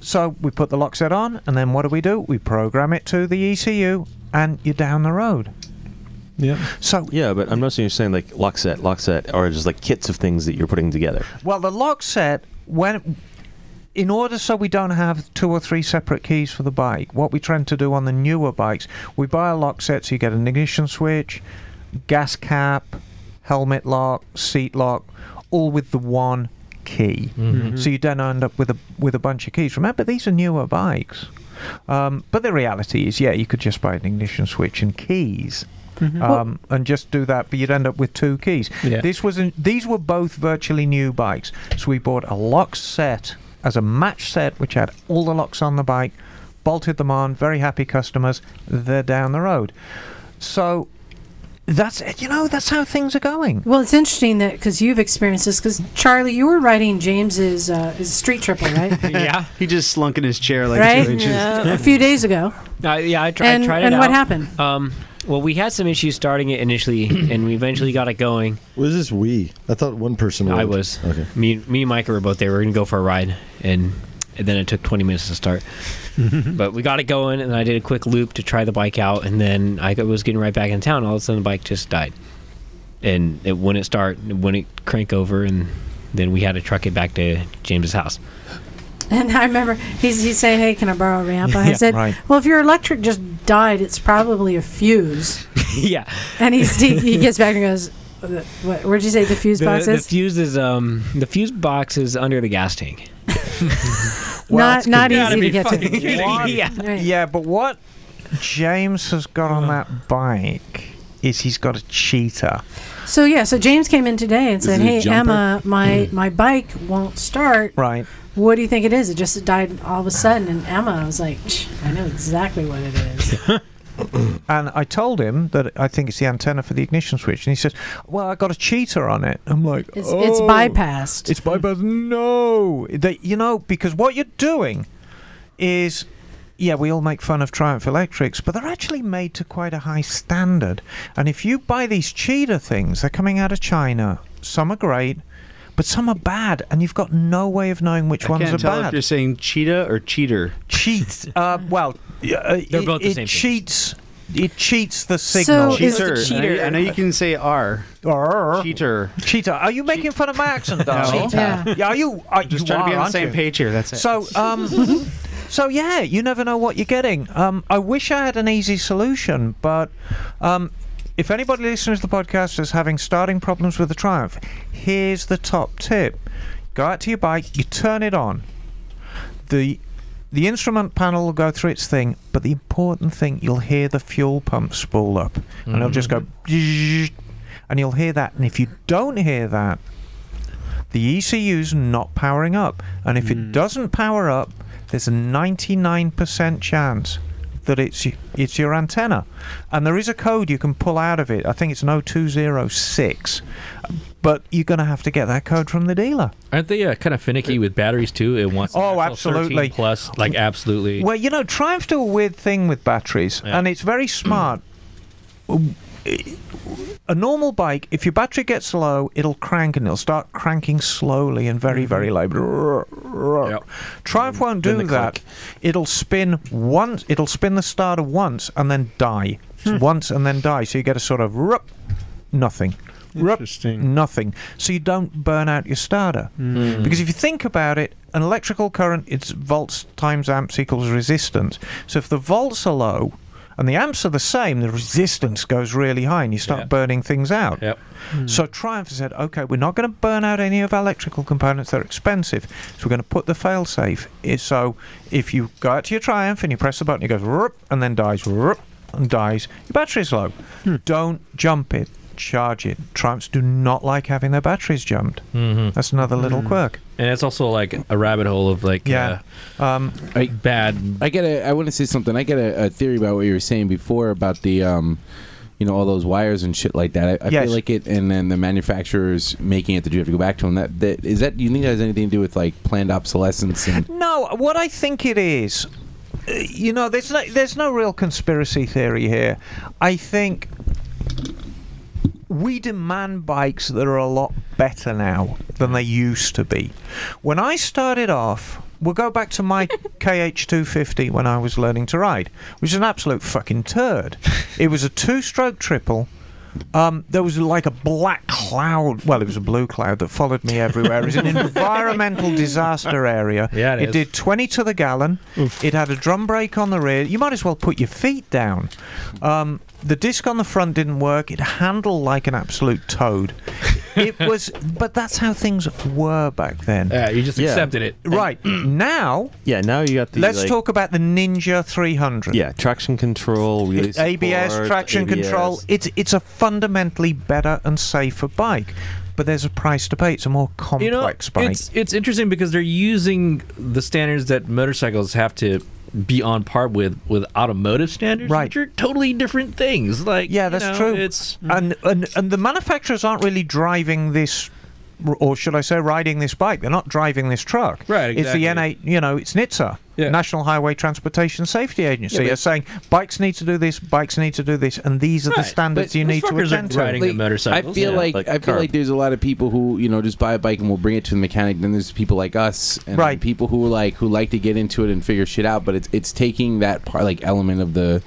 so we put the lock set on, and then what do we do? We program it to the ECU, and you're down the road. Yeah. So yeah, but I'm noticing you're saying like lock set, lock set, or just like kits of things that you're putting together. Well, the lock set when. In order so we don't have two or three separate keys for the bike, what we tend to do on the newer bikes, we buy a lock set so you get an ignition switch, gas cap, helmet lock, seat lock, all with the one key. Mhm. So you don't end up with a with a bunch of keys. Remember, these are newer bikes. Um, but the reality is, yeah, you could just buy an ignition switch and keys. Mhm. Um, and just do that, but you'd end up with two keys. Yeah. This was an, these were both virtually new bikes, so we bought a lock set as a match set, which had all the locks on the bike, bolted them on. Very happy customers. They're down the road. So that's it. You know, that's how things are going. Well, it's interesting that because you've experienced this. Because Charlie, you were riding James's uh, his street triple, right? yeah. He just slunk in his chair like right. two inches. A few days ago. Uh, yeah, I, tr- And- I tried it and what out. happened? Um, well, we had some issues starting it initially, and we eventually got it going. Was this we? I thought one person. I rode. was. Okay. Me, me and Micah were both there. We were gonna go for a ride, and, and then it took 20 minutes to start. but we got it going, and I did a quick loop to try the bike out, and then I got- was getting right back in town. All of a sudden, the bike just died, and it wouldn't start, and it wouldn't crank over, and then we had to truck it back to James's house. And I remember he's, he said, "Hey, can I borrow a ramp?" I Yeah, said, right. "Well, if your electric just died, it's probably a fuse." yeah. And he's, he, he gets back and goes, "Uh, what, "Where'd you say the fuse The- box The, is?" fuse is um the fuse box is under the gas tank. not not easy to get to. Oh, yeah. yeah, but what James has got on that bike is he's got a cheetah. So yeah, so James came in today and Is said, it a "Hey, jumper? Emma, my my bike won't start. Right. What do you think it is? It just died all of a sudden." And Emma was like, "Tch, "I know exactly what it is." And I told him that I think it's the antenna for the ignition switch, and he says, "Well, I got a cheetah on it." I'm like, It's, oh, it's bypassed. It's bypassed. No, that you know because what you're doing is, yeah, we all make fun of Triumph Electrics, but they're actually made to quite a high standard. And if you buy these cheetah things, they're coming out of China. Some are great, but some are bad, and you've got no way of knowing which I ones can't are tell bad if you're saying cheetah or cheater. cheats. Uh, well, yeah, uh, They're it, both the it same thing. cheats. It cheats the signal. cheater. I, know, I know you can say R. Cheater. Cheetah. Are you making fun of my accent, No. darling? Cheetah. Yeah, are you? Are, Just you trying are, to be on the aren't same you? page here, that's it. So, um, So yeah, you never know what you're getting. Um, I wish I had an easy solution, but um, if anybody listening to the podcast is having starting problems with the Triumph, here's the top tip: go out to your bike, you turn it on. The the instrument panel will go through its thing, but the important thing you'll hear the fuel pump spool up, and it'll just go, bzzz, and you'll hear that. And if you don't hear that, the ECU's not powering up. And if it doesn't power up, there's a 99% chance that it's y- it's your antenna. And there is a code you can pull out of it. I think it's an 0206. But you're going to have to get that code from the dealer. Aren't they uh, kind of finicky with batteries too? It wants Oh, Maxell absolutely. 13 plus like absolutely. Well, you know, Triumphs do a weird thing with batteries, and it's very smart. A normal bike, if your battery gets low, it'll crank and it'll start cranking slowly and very, very low. Triumph won't do that. It'll spin once. It'll spin the starter once and then die. It's once and then die. So you get a sort of rup, nothing. Rup, nothing. So you don't burn out your starter. Because if you think about it, an electrical current it's volts times amps equals resistance. So if the volts are low and the amps are the same, the resistance goes really high and you start burning things out. Yep. So Triumph has said, okay, we're not going to burn out any of our electrical components, they're expensive. So we're going to put the failsafe. i- So if you go out to your Triumph and you press the button, it goes "Rup," and then dies "Rup," and dies, your battery's low. Don't jump it. Charge it. Triumphs do not like having their batteries jumped. Mhm. That's another little quirk. and it's also like a rabbit hole of like uh, Yeah. um, I, bad. I get. A, I want to say something. I get a, a theory about what you were saying before about the, um, you know, all those wires and shit like that. I, I Yes. feel like it, and then the manufacturers making it that you have to go back to them. That, that is that. You think that has anything to do with like planned obsolescence and No, what I think it is, uh, you know, there's no there's no real conspiracy theory here. I think we demand bikes that are a lot better now than they used to be. When I started off, we'll go back to my KH250 when I was learning to ride, which is an absolute fucking turd. It was a two-stroke triple. Um, there was like a black cloud. Well, it was a blue cloud that followed me everywhere. It was an environmental disaster area. Yeah, it it is. did 20 to the gallon. It had a drum brake on the rear. You might as well put your feet down. Um, the disc on the front didn't work. It handled like an absolute toad. It was, but that's how things were back then. Yeah, you just accepted it. Right now, Yeah, now you got the. let's like- talk about the Ninja 300. Yeah, traction control, It- release ABS, support, traction ABS. control. It's it's a fundamentally better and safer bike, but there's a price to pay. It's a more you know, complex bike. it's it's interesting because they're using the standards that motorcycles have to be on par with with automotive standards, Right. which are totally different things. Like yeah, you that's know, true. It's and, uh, and and the manufacturers aren't really driving this, r- or should I say, riding this bike. They're not driving this truck. Right, exactly. It's the NA. You know, it's NHTSA, National Highway Transportation Safety Agency. Yeah, but- are saying bikes need to do this, bikes need to do this, and these are the standards But you need to motherfuckers attend to. aren't riding the I feel like, I feel like there's a lot of people who you know just buy a bike and will bring it to the mechanic. Then there's people like us, and Right. people who like who like to get into it and figure shit out. But it's it's taking that part like element of the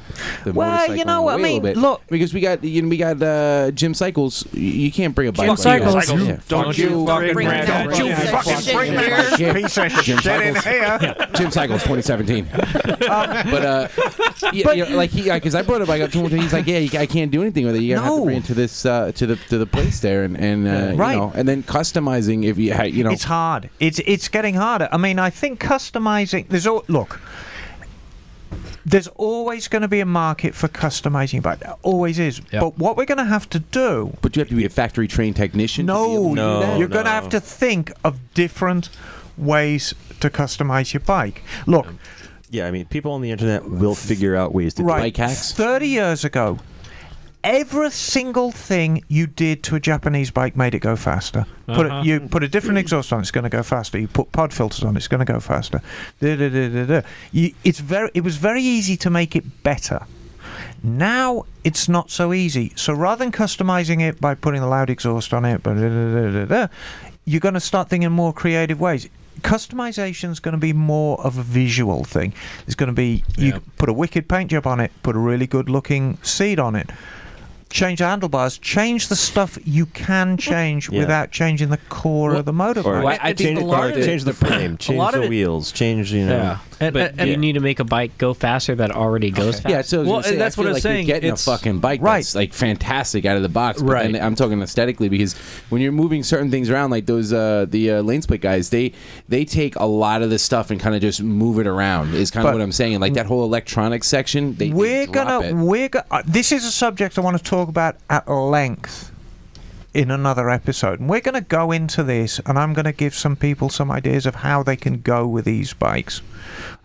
the Well, you motorcycle know what I away a little mean, bit. look- because we got you know, we got uh, Jim Cycles. You- You can't bring a bike. Jim like Cycles. that. Cycles. Yeah. Don't Fuck you fucking Bring bring it that back. Don't you Jim fucking Cycles. bring Jim that Cycles. piece of Jim shit in Um, Cycles. here. Yeah. Jim Cycles, 2017. but uh, yeah, you know, like he, because I brought a bike up to him, and he's like, "Yeah, you, I can't do anything with it. You gotta have to bring it to this uh, to the to the place there, and and uh, Right. you know, and then customizing if you ha- you know." it's hard. It's it's getting harder. I mean, I think customizing. There's all look. There's always going to be a market for customizing, but there always is. But what we're going to have to do. But you have to be a factory trained technician. No, No, you're going to no. have to think of different ways to customize your bike. Look, Yeah, I mean, people on the internet will figure out ways to right, 30 years ago, every single thing you did to a Japanese bike made it go faster. Put Uh-huh. a, you put a different exhaust on, it's going to go faster. You put pod filters on, it's going to go faster. Da, da, da, da, da. You, it's very, it was very easy to make it better. Now it's not so easy. So rather than customizing it by putting the loud exhaust on it, blah, blah, blah, blah, blah, you're going to start thinking more creative ways. Customization is going to be more of a visual thing. It's going to be you put a wicked paint job on it, put a really good looking seat on it. change the handlebars. Change the stuff you can change Yeah. without changing the core of the motorbike. Or change, or change the frame, change the wheels, change you know. but you need to make a bike go faster that already goes faster. Yeah, so I was well, gonna say, that's I feel what I'm like saying. You're getting a fucking bike that's like fantastic out of the box. But right. Then I'm talking aesthetically because when you're moving certain things around, like those uh, the uh, lane split guys, they they take a lot of the stuff and kind of just move it around. Is kind of But- what I'm saying. Like that whole electronic section, they we're they drop gonna it. we're go- uh, this is a subject i want to talk about at length in another episode and we're gonna go into this and i'm gonna give some people some ideas of how they can go with these bikes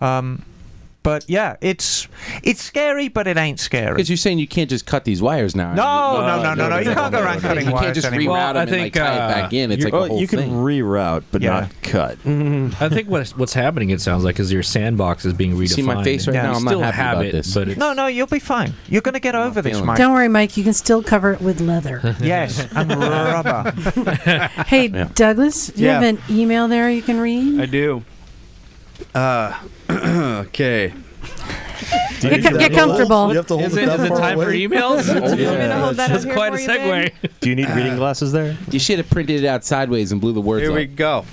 um but yeah it's it's scary but it ain't scary Because you're saying you can't just cut these wires now. No, no, no, no, no, you can't go around cutting You wires can't just anymore. reroute Well, them I and like, think, tie it uh, back in. It's you're- like a well, whole you can thing. reroute, but not cut. I think what's what's happening. It sounds like is your sandbox is being redefined. See my face right now? You I'm not still happy have about it, this. But it's, no no you'll be fine you're gonna get over this mike Don't worry, Mike. You can still cover it with leather. yes and rubber hey, Douglas, you Yeah. have an email there you can read. I do. Uh, okay. Get you com- need get to hold- comfortable. you have to hold Is it it, that is it far time for away? emails? Yeah. You want me to hold that That's up here quite a for you, Ben? segue. Do you need reading glasses there? You should have printed it out sideways and blew the words Here up. we go.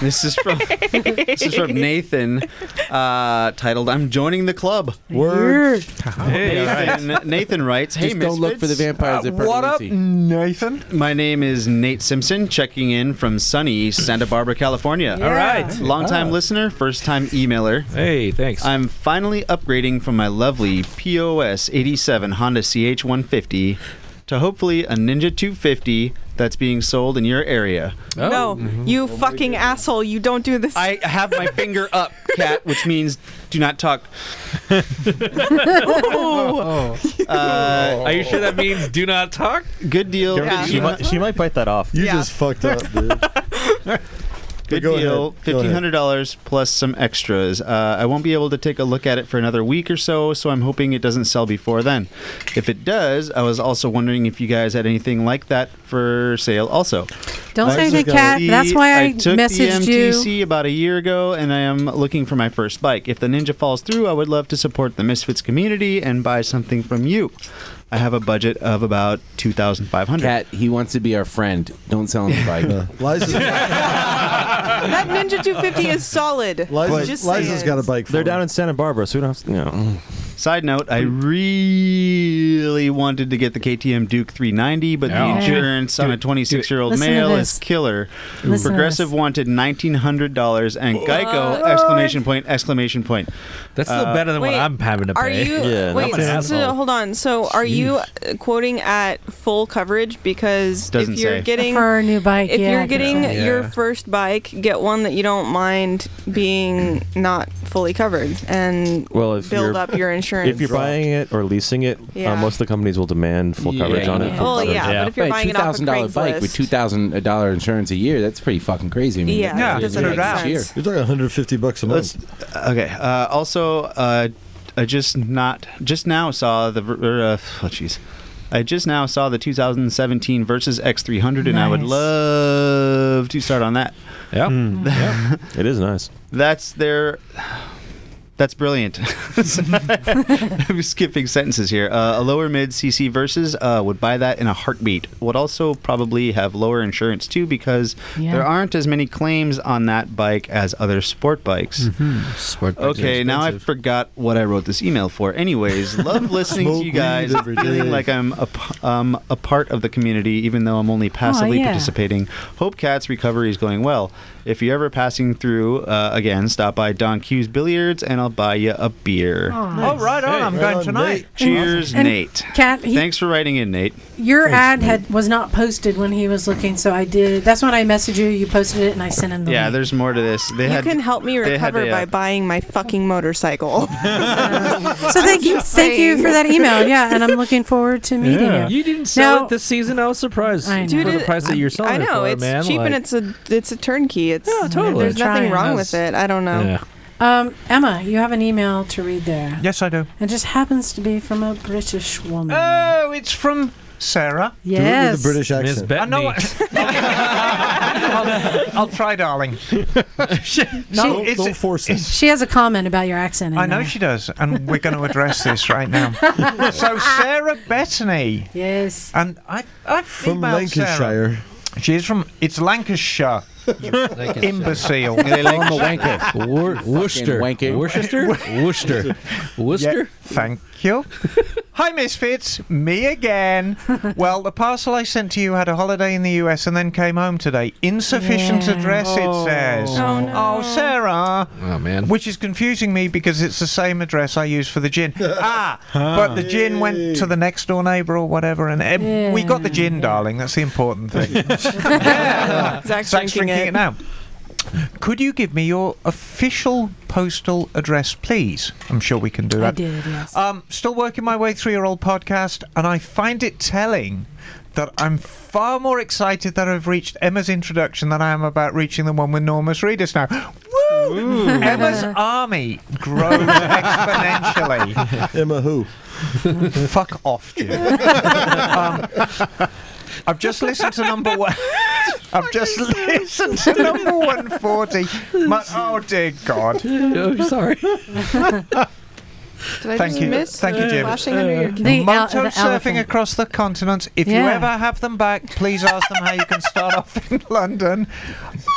This is from this is from Nathan, uh, titled "I'm joining the club." Word. Nathan, Nathan writes, "Hey, Just don't look for the vampires, they're Uh, what E perfectly up, Nathan? My name is Nate Simpson, checking in from sunny Santa Barbara, California. Yeah. All right. longtime Ah. listener, first time emailer. Hey, thanks. I'm finally upgrading from my lovely POS 87 Honda CH150 to hopefully a Ninja 250 that's being sold in your area. Oh. No, Mm-hmm. you Mm-hmm. fucking asshole! You don't do this. I have my finger up, cat, which means do not talk. Oh, Are you sure that means do not talk? Uh, Good deal. Yeah. She, might, she might bite that off. You just fucked up, dude. Good Go ahead. deal. Go Fifteen ahead. hundred dollars plus some extras. Uh, I won't be able to take a look at it for another week or so, so I'm hoping it doesn't sell before then. If it does, I was also wondering if you guys had anything like that for sale. Also, Don't say anything, Kat. That's why I, took messaged the you. MTC about a year ago, and I am looking for my first bike. If the Ninja falls through, I would love to support the Misfits community and buy something from you. I have a budget of about two thousand five hundred. Cat, he wants to be our friend. Don't sell him the bike. that Ninja 250 is solid. Just saying. a bike. They're down in Santa Barbara, so we don't have to. Mm. No. Side note, I Hmm. really wanted to get the KTM Duke 390, but Yeah. the insurance on a 26 year old Listen to male this. is killer. Listen to Progressive wanted $1,900 and Geico! What? Exclamation point! Exclamation point! Uh, That's still better than what Wait, I'm having to Are you wait? So hold on. So are you uh, quoting at full coverage because Doesn't if you're say. getting For a new bike, if yeah, I you're think getting so. Yeah. your first bike, get one that you don't mind being not fully covered and Well, if build you're, up your insurance. If you're buying it or leasing it, Yeah. uh, most of the companies will demand full coverage on it. Yeah. Well, yeah, but if you're buying it off of $2,000 bike with Craigslist- $2,000 insurance a year, that's pretty fucking crazy. I mean, Yeah, Yeah, it doesn't yeah, make yeah, sense. year. You're talking 150 bucks a month. Okay. Uh, also, uh, I just not just now saw the ver- er, uh, oh jeez, I just now saw the 2017 versus X300, and I would Nice. love to start on that. Yeah, Mm. it is nice. That's their. That's brilliant. I'm skipping sentences here. Uh, a lower mid CC versus uh, would buy that in a heartbeat. Would also probably have lower insurance too because Yeah. there aren't as many claims on that bike as other sport bikes. Sport Mm-hmm. bikes are Okay, now I forgot what I wrote this email for. Anyways, love listening to Smoke you guys. weed every day. Feeling like I'm a, p- um, a part of the community, even though I'm only passively yeah. participating. Hope Cat's recovery is going well. If you're ever passing through, uh, again, stop by Don Q's Billiards and I'll buy you a beer. oh right on i'm going tonight Cheers, And Nate. Kat, he- Thanks for writing in, Nate. Your ad had was not posted when he was looking, so I did. That's when I messaged you. You posted it, and I sent him the. Yeah, there's more to this. They you had, can help me they had recover a, uh, by buying my fucking motorcycle. So thank you, thank you for that email. Yeah, and I'm looking forward to meeting you. You didn't sell Now- it this season. I was surprised I know. for the Dude, price that you're selling I know it for, it's man. cheap and like- it's a it's a turnkey. It's totally. There's They're nothing trying. wrong with it. I don't know. Yeah. Um, Emma, you have an email to read there. yes i do It just happens to be from a British woman. Oh, it's from Sarah. Do it with a Yes. British Miss accent. I know. I'll, I'll try, darling. Don't- don't force it. She has a comment about your accent. In I know there. she does, and we're going to address this right now. so Sarah Bettany. Yes. And I, I from Lancashire. She is from. It's Lancashire. Imbecile. And they like I'm a wanker. Wor- Worcester. wanker. Worcester? Worcester. Worcester? thank you. Hi, Misfits. Me again. Well, the parcel I sent to you had a holiday in the US and then came home today. Insufficient Yeah. address, Oh. it says. Oh, no. Oh, Sarah. Oh, man. Which is confusing me because it's the same address I use for the gin. ah, but the gin went to the next door neighbour or whatever, and eh, we got the gin, darling. That's the important thing. yeah. Zach's drinking drinking it. it now. Could you give me your official postal address, please? I'm sure we can do that. did, yes. Um, still working my way through your old podcast, and I find it telling that I'm far more excited that I've reached Emma's introduction than I am about reaching the one with Norma's readers now. Woo! Emma's army grows exponentially. Emma who? Fuck off, dude. um, I've just listened to number one. I've just listened to number 140. My, oh, dear God. Oh, sorry. Did I Thank just you. miss Thank you, Jim. flashing under your The Moto el- the surfing elephant. across the continent. If you Yeah. ever have them back, please ask them how you can start off in London,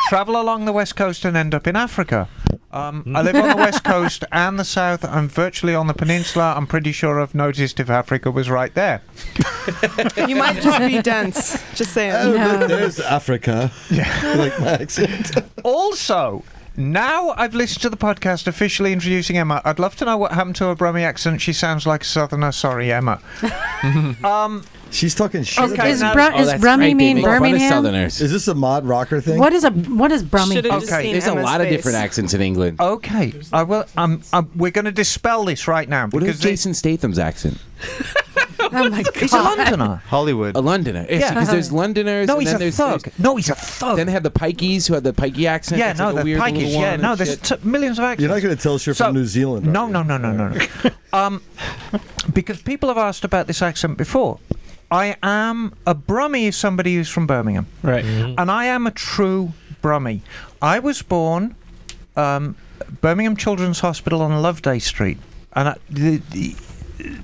travel along the west coast, and end up in Africa. Um, I live on the west coast and the south. I'm virtually on the peninsula. I'm pretty sure I've noticed if Africa was right there. You might just be dense. Just saying. Oh, look, there's Africa. Yeah. like my accent. Also, now I've listened to the podcast officially introducing Emma. I'd love to know what happened to her Brummie accent. She sounds like a southerner. Sorry, Emma. um, She's talking shit. Okay, about Is it. Bru- Oh, is that's Brummie right, mean baby. Well, what is Birmingham? Southerners? Is this a mod rocker thing? What is a what is Brummie? There's a lot of different accents in England. Okay, I will. Um, um, we're going to dispel this right now. What because is Jason Statham's accent? Oh my god. He's a Londoner. Hollywood. A Londoner. Yeah, Yeah. because there's Londoners. No, and he's then a there's, thug. there's- no, he's a thug. Then they have the Pikeys who have the Pikey accent. Yeah, That's no, like a the weird Pike little is. one Yeah, and no, there's shit. t- millions of accents. You're not going to tell us you're from New Zealand. Right? No, no, no, no, no, no. um, because people have asked about this accent before. I am a Brummie is somebody who's from Birmingham. Right. And I am a true Brummie. I was born um, Birmingham Children's Hospital on Loveday Street. And I, the, the,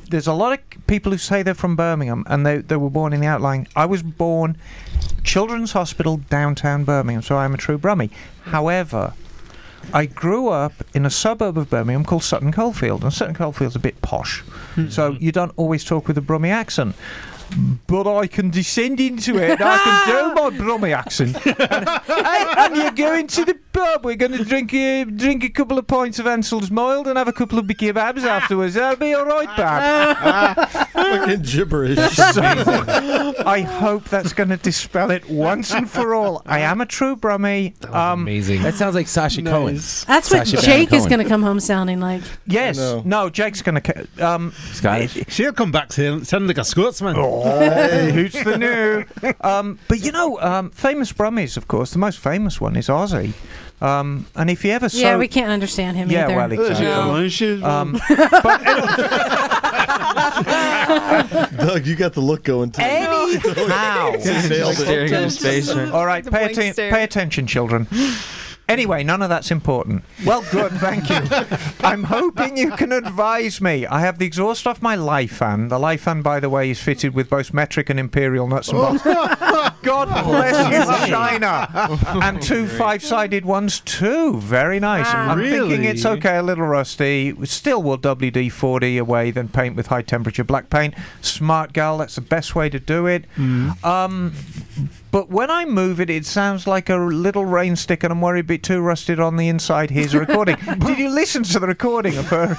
there's a lot of people who say they're from Birmingham and they, they were born in the outlying. I was born Children's Hospital, downtown Birmingham, so I'm a true Brummie. However, I grew up in a suburb of Birmingham called Sutton Coldfield, and Sutton Coldfield's a bit posh, so you don't always talk with a Brummie accent. But I can descend into it. and I can do my Brummie accent. hey, and you're going to the pub. We're going to drink a drink a couple of pints of Ansel's mild and have a couple of kebabs afterwards. That'll be all right, Bab. Fucking gibberish. So, I hope that's going to dispel it once and for all. I am a true Brummie. um, amazing. That sounds like Sasha Cohen. That's what Sacha Baron Jake is Cohen. going to come home sounding like. Yes. know. No, Jake's going to. Um, Scottish. She'll come back sound sound like a Scotsman. hey, who's the new? Um, but you know, um, famous Brummies, of course. The most famous one is Ozzy. Um, and if you ever saw. yeah, we can't understand him Yeah, either. well, exactly. Um, Doug, you got the look going too. Anyhow. Nailed it. All right, pay, atten- pay attention, children. Anyway, none of that's important. Well, good, thank you. I'm hoping you can advise me. I have the exhaust off my Lifan. The Lifan, by the way, is fitted with both metric and imperial nuts and bolts. God bless you, China. And two five-sided ones too. Very nice. I'm thinking it's Really? okay, a little rusty. Still will WD-40 away than paint with high temperature black paint. Smart gal, that's the best way to do it. Um, but when I move it, it sounds like a little rain stick, and I'm worried a bit too rusted on the inside. Here's a recording. Did you listen to the recording of her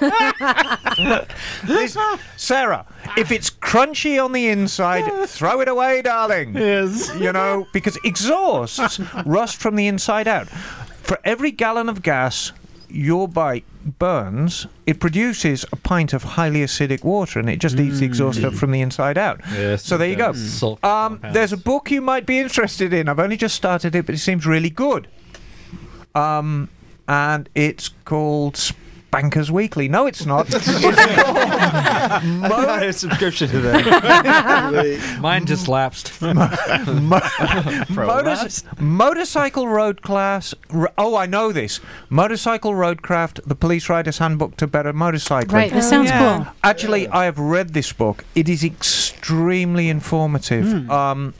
exhaust? This- Sarah, if it's crunchy on the inside, throw it away, darling. Yes. You know, because exhausts rust from the inside out. For every gallon of gas your bike burns, it produces a pint of highly acidic water and it just eats the exhaust up from the inside out. Yes, Mm. so there you go. it does. Sulfur Um, there's a book you might be interested in. I've only just started it, but it seems really good. Um, and it's called Bankers Weekly. No, it's not. I had a subscription to Mine just lapsed. Motor- motorcycle road class. r- oh, I know this. Motorcycle roadcraft: The Police Rider's Handbook to Better Motorcycling. Right, this Oh, sounds yeah. cool. Actually, I have read this book. It is extremely informative. Hmm. Um,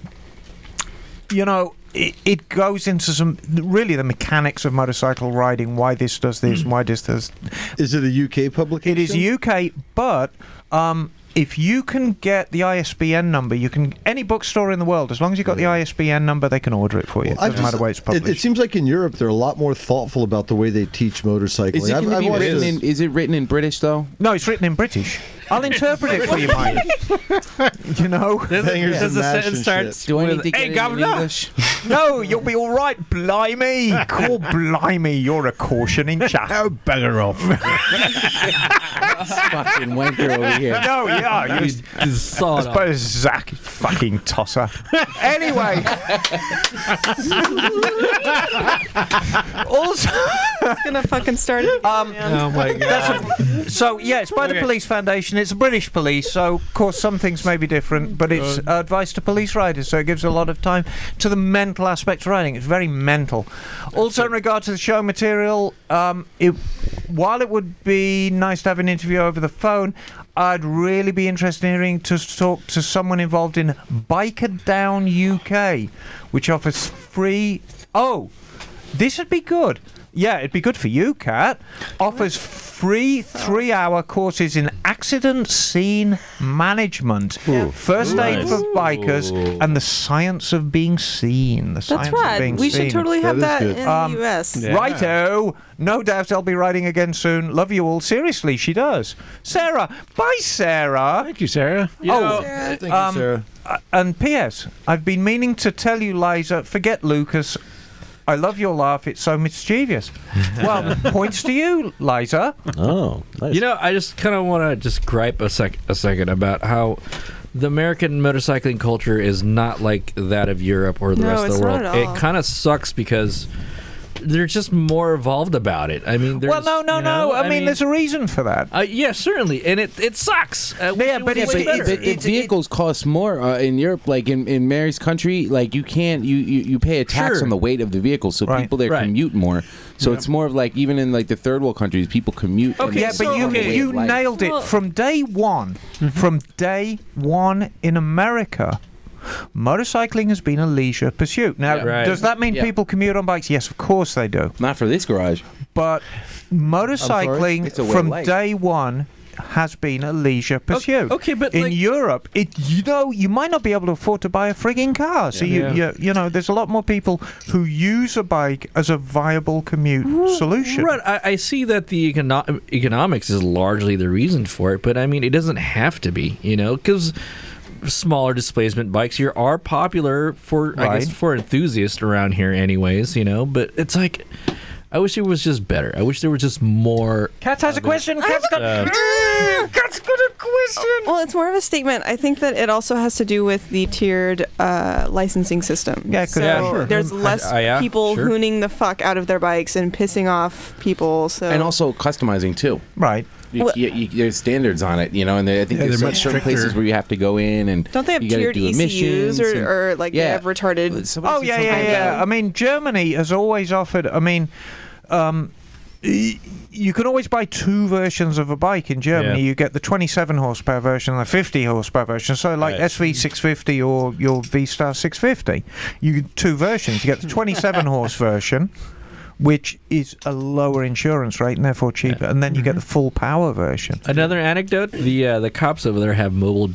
you know. It, it goes into some really the mechanics of motorcycle riding, why this does this, why this does. Hmm. Is it a UK publication? It is UK, but um, if you can get the ISBN number, you can any bookstore in the world, as long as you've got the ISBN number, they can order it for you. Hmm. I doesn't matter where it's it, published. it seems like in Europe they're a lot more thoughtful about the way they teach motorcycling. Is it, I've- can it I've be watched written this- in, is it written in British though? No, it's written in British. I'll interpret it for you, Mike. you know, Does it- Bangers does and the mash sentence and start shit. Do I need with, to get "Hey, it in governor"? English? no, you'll be all right. Blimey, call blimey. You're a cautioning chap. Oh, bugger off. fucking wanker over here. No, yeah, you sawed I suppose Zach, you fucking tosser. anyway. also, it's gonna fucking start it. Um, Oh my God. that's a- so yeah, it's by the Okay. Police Foundation. It's British police, so of course some things may be different, but it's uh, advice to police riders. So it gives a lot of time to the mental aspect of riding. It's very mental. Also, in regard to the show material, um, it, while it would be nice to have an interview over the phone, I'd really be interested in hearing to talk to someone involved in Biker Down UK, which offers free. Oh, this would be good. Yeah, it'd be good for you, Kat. Offers free Oh. three hour courses in accident scene management, first aid Nice. for bikers, and the science of being seen. The science rad. Of being We should seen. Um, totally have That is that good. in the US. Yeah. Righto. No doubt I'll be riding again soon. Love you all. Seriously, she does. Sarah. Bye, Sarah. Thank you, Sarah. You oh, know- Sarah. Thank you, Sarah. uh, and P.S. I've been meaning to tell you, Liza. Forget Lucas. I love your laugh. It's so mischievous. well, points to you, Liza. Oh, you know, I just kind of want to just gripe a sec a second about how the American motorcycling culture is not like that of Europe or the No, rest of it's the not world. at all. It kind of sucks because they're just more evolved about it. I mean, there's, Well, no, no, you know, no. I, mean, there's a reason for that. uh, yeah, certainly, and it it sucks. Uh, yeah, But, it, but, but it- vehicles cost more uh, in Europe. Like in, in Mary's country, like you can't you, you, you pay a tax Sure. on the weight of the vehicle, so people there commute more. So it's more of like even in like the third world countries, people commute. and yeah, it's but more you of a way you of life. nailed it from day one. Mm-hmm. From day one in America, motorcycling has been a leisure pursuit. Now, Yeah. Right. does that mean Yeah. people commute on bikes? Yes, of course they do. Not for this garage. But motorcycling It's a way of from life. day one has been a leisure pursuit. Okay, but in Europe, it you know you might not be able to afford to buy a frigging car. So Yeah. you, you you know there's a lot more people who use a bike as a viable commute solution. Right. I, I see that the econo- economics is largely the reason for it, but I mean, it doesn't have to be, you know, because smaller displacement bikes here are popular for, I guess, Right. for enthusiasts around here, anyways, you know, but it's like. I wish it was just better. I wish there was just more. Cat has a question. Cat's got. Uh, Cat's got a question. Well, it's more of a statement. I think that it also has to do with the tiered uh, licensing system. Yeah, it could- so Yeah, sure. there's Mm. less I- I- yeah, people sure. hooning the fuck out of their bikes and pissing off people. So and also customizing too. Right. You, Well- you, you, there's standards on it, you know, and there- I think Yeah, there's they're some much certain stricter. places where you have to go in and don't they have you gotta tiered do ECUs emissions and- or, or like they Yeah. have retarded? Oh yeah, yeah, yeah. I mean, Germany has always offered. I mean, um, y- you can always buy two versions of a bike in Germany. Yeah. You get the 27 horsepower version and the 50 horsepower version. So like SV650 or your V Star 650, you get two versions. You get the 27 horse version. Which is a lower insurance rate and therefore cheaper, and then you get the full power version. Another anecdote: the uh, the cops over there have mobile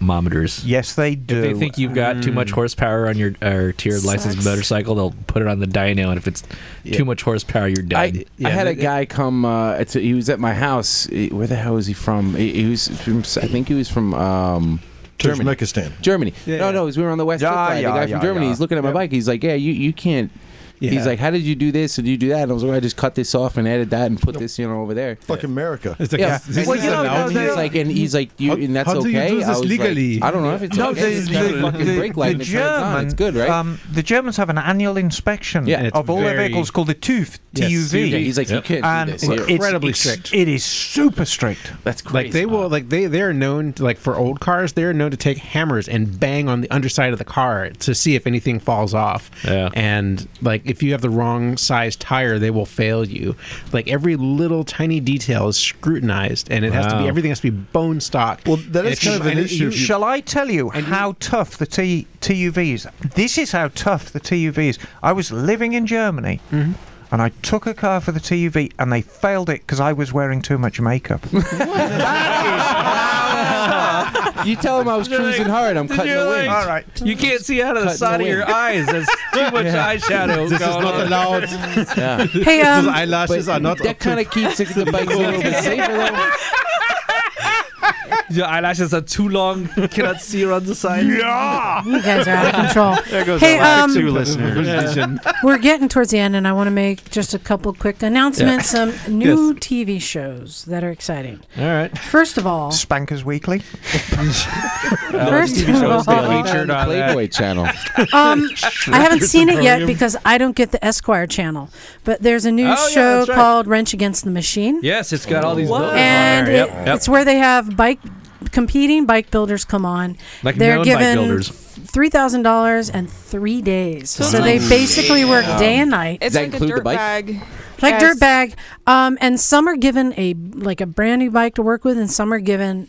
dynamometers. Yes, they If they do. think you've got too much horsepower on your or tiered licensed Mm. Sucks. motorcycle, they'll put it on the dyno, and if it's Yeah. too much horsepower, you're done. I, I had a guy come. Uh, it's he was at my house. Eh, Where the hell was he from? He, he was from. I think he was from. Um, Germany. Turkmenistan. Germany. no, no, it was- we were on the west. Ah, Yeah, Coast line. yeah, the guy from yeah, Germany. yeah. He's looking at my bike. He's like, "Yeah, you, you can't He's like, "How did you do this? Or did you do that?" And I was like, "I just cut this off and added that and put this, you know, over there." Fuck America. It's like, yeah. this well, is you know, allowed and he's here? like, and he's like, you, and that's how do you okay. do I this was like, legally? I don't know if it's no, okay. the, It's the, got a the, fucking brake light and it turns on. German, It's good, right? uh, Um, the Germans have an annual inspection Yeah. And it's of all their very- vehicles called the TÜV. Yes, TUV. TÜV. Yeah, he's like, you Yep. can't do and this it's here. Incredibly it's- strict. It is super strict. That's Like they will, like they they are known to, like for old cars, they are known to take hammers and bang on the underside of the car to see if anything falls off. Yeah. And like if you have the wrong size tire, they will fail you. Like every little tiny detail is scrutinized, and it has to be Wow. everything has to be bone stock. Well, that is Shall I tell you how tough the T- TUVs? This is how tough the TUVs. I was living in Germany. Mm-hmm. And I took a car for the TUV, and they failed it because I was wearing too much makeup. you tell him I was cruising hard. I'm cutting the wings. All right. You can't see out of the Cutting side the of your wing. eyes. There's too much Yeah. eyeshadow. This is going not on. allowed. Yeah. Hey, um, His eyelashes But are not That up to- kind of keeps it- the bike a little bit safer. though. Your eyelashes are too long. Cannot see around the side. Yeah. You guys are out of control. There goes Hey, our um, two listeners. We're getting towards the end, and I want to make just a couple quick announcements. Yeah. Some new TV shows that are exciting. All right. First of all, Spankers Weekly. First TV of shows all- being featured uh, on that. Playboy Channel. um, I haven't Here's seen the it yet podium. because I don't get the Esquire channel. But there's a new Oh, yeah, show that's right. called Wrench Against the Machine. Yes, it's got all these Whoa. buildings on and there. Yep, it- yep. it's where they have bike competing bike builders come on. Like They're known bike given builders. three thousand dollars and three days, so, So they it's like- basically work Yeah. day and night. It's like a dirt bag. Like Yes. dirt bag, um, and some are given a like a brand new bike to work with, and some are given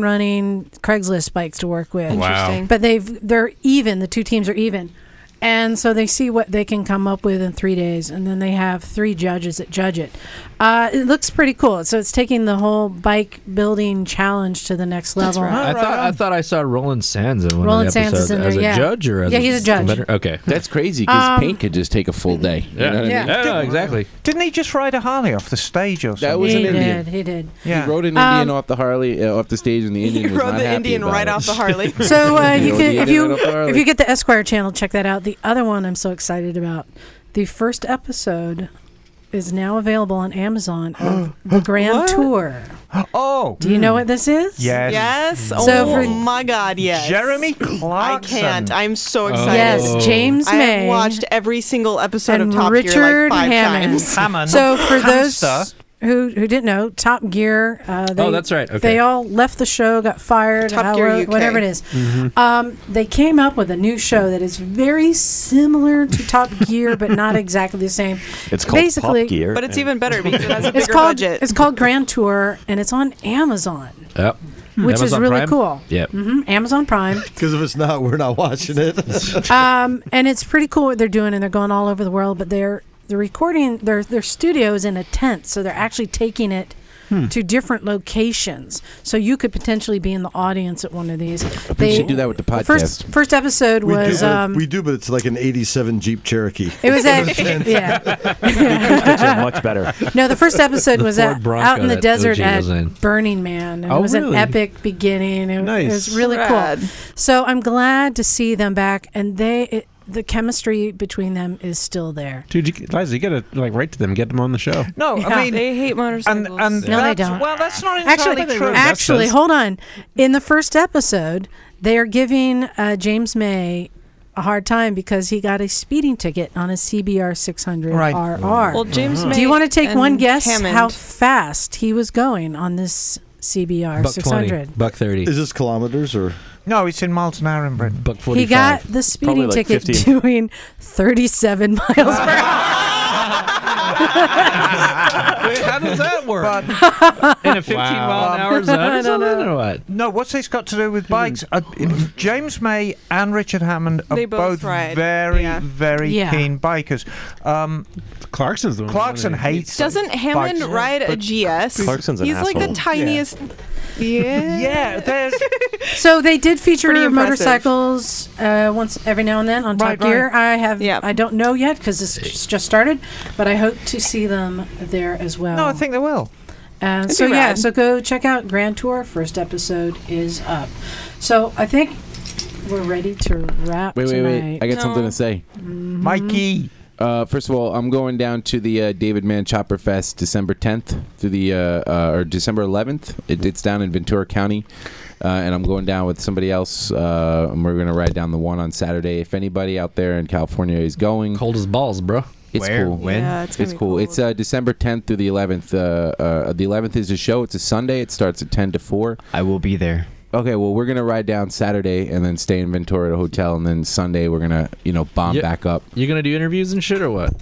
non-running Craigslist bikes to work with. Wow. Interesting. But they've they're even. The two teams are even, and so they see what they can come up with in three days, and then they have three judges that judge it. Uh, it looks pretty cool. So it's taking the whole bike building challenge to the next level. I thought I thought I saw Roland Sands in one Roland of the Sands episodes is in as there, a yeah. judge or as Yeah, he's a judge. competitor? Okay, that's crazy because Um, paint could just take a full day. You Yeah. know what I Yeah. mean? Yeah, no, exactly. Didn't he just ride a Harley off the stage or something? That was he an Indian. did. He did. He rode an Indian off the Harley uh, off the stage, and the Indian was Um, rode not the happy Indian about right it. off the Harley. So uh, He you rode can, the Indian if you right off the Harley. if you get the Esquire channel, check that out. The other one I'm so excited about. The first episode is now available on Amazon of the Grand What? Tour. Oh. Do you Hmm. know what this is? Yes. Yes. Oh So for- my God! Yes. Jeremy I Clarkson. can't. I'm so Oh. excited. Yes, James I have May watched every single episode and of Top Richard Gear like five Hammond. times. So for those who who didn't know, Top Gear. Uh, they, Oh, that's right. Okay. They all left the show, got fired, Mm. Top out- Gear UK. whatever it is. Mm-hmm. Um, they came up with a new show that is very similar to Top Gear, but not exactly the same. It's called Top Basically- Gear. But it's even better because it has a bigger It's called budget. it's called Grand Tour, and it's on Amazon, Yep. which is Amazon really Prime? cool. Yep. hmm Amazon Prime. Because if it's not, we're not watching it. um, and it's pretty cool what they're doing, and they're going all over the world. But they're they're recording their their studio is in a tent, so they're actually taking it. Hmm. To different locations, so you could potentially be in the audience at one of these. We should do that with the podcast. First, first episode we, was do, but- um, we do, but it's like an 87 Jeep Cherokee. it was at yeah. much better. No, the first episode The was Ford at, Bronco out in the that desert OJ at was in. Burning Man. and It Oh, was an really? epic beginning. It, it Nice. was really Rad. cool. So I'm glad to see them back, and they it, the chemistry between them is still there. Dude, you, Liza, you gotta like write to them, get them on the show. No, Yeah. Oh, I mean They hate motorcycles. And, and No, they that's- don't. Well, that's not entirely Actually, true. actually, hold on. In the first episode, they are giving uh, James May a hard time because he got a speeding ticket on a CBR 600 Right. RR. Well, James do you May want to take one and guess Hammond. how fast he was going on this CBR 600? buck thirty. Is this kilometers or? No, it's in miles an hour in Britain. Buck He got the speeding ticket doing 37 miles per hour. Wait, how does that work? in a 15 mile an hour zone or something, or what? No, what's this got to do with bikes? Uh, James May and Richard Hammond are They both both, ride, very, yeah. very Yeah. keen bikers. Um, Clarkson's the one. Clarkson hates. Doesn't Hammond bikes. ride a But- GS? Clarkson's an He's like asshole. the tiniest. Yeah. yeah. There's. So they did feature Pretty impressive. motorcycles uh, once every now and then on Right, Top Gear. right. I have I don't know yet because this just- just started, but I hope to see them there as well. No, I think they will. Uh, It'd so be yeah, rad. so go check out Grand Tour. First episode is up. So I think we're ready to wrap. Wait, wait, tonight. Mm-hmm. wait! I got something to say. Mikey. Uh, first of all, I'm going down to the uh, David Mann Chopper Fest December 10th through the uh, uh, or December 11th. It, it's down in Ventura County, uh, and I'm going down with somebody else. Uh, and we're going to ride down the one on Saturday. If anybody out there in California is going, cold as balls, bro. It's Where? cool. When? Yeah, it's it's, gonna be cool. It's uh, December 10th through the 11th. Uh, uh, the 11th is a show. It's a Sunday. It starts at 10 to 4. I will be there. Okay, well, we're gonna ride down Saturday and then stay in Ventura at a hotel, and then Sunday we're gonna, you know, bomb Yeah. back up. You gonna do interviews and shit or what?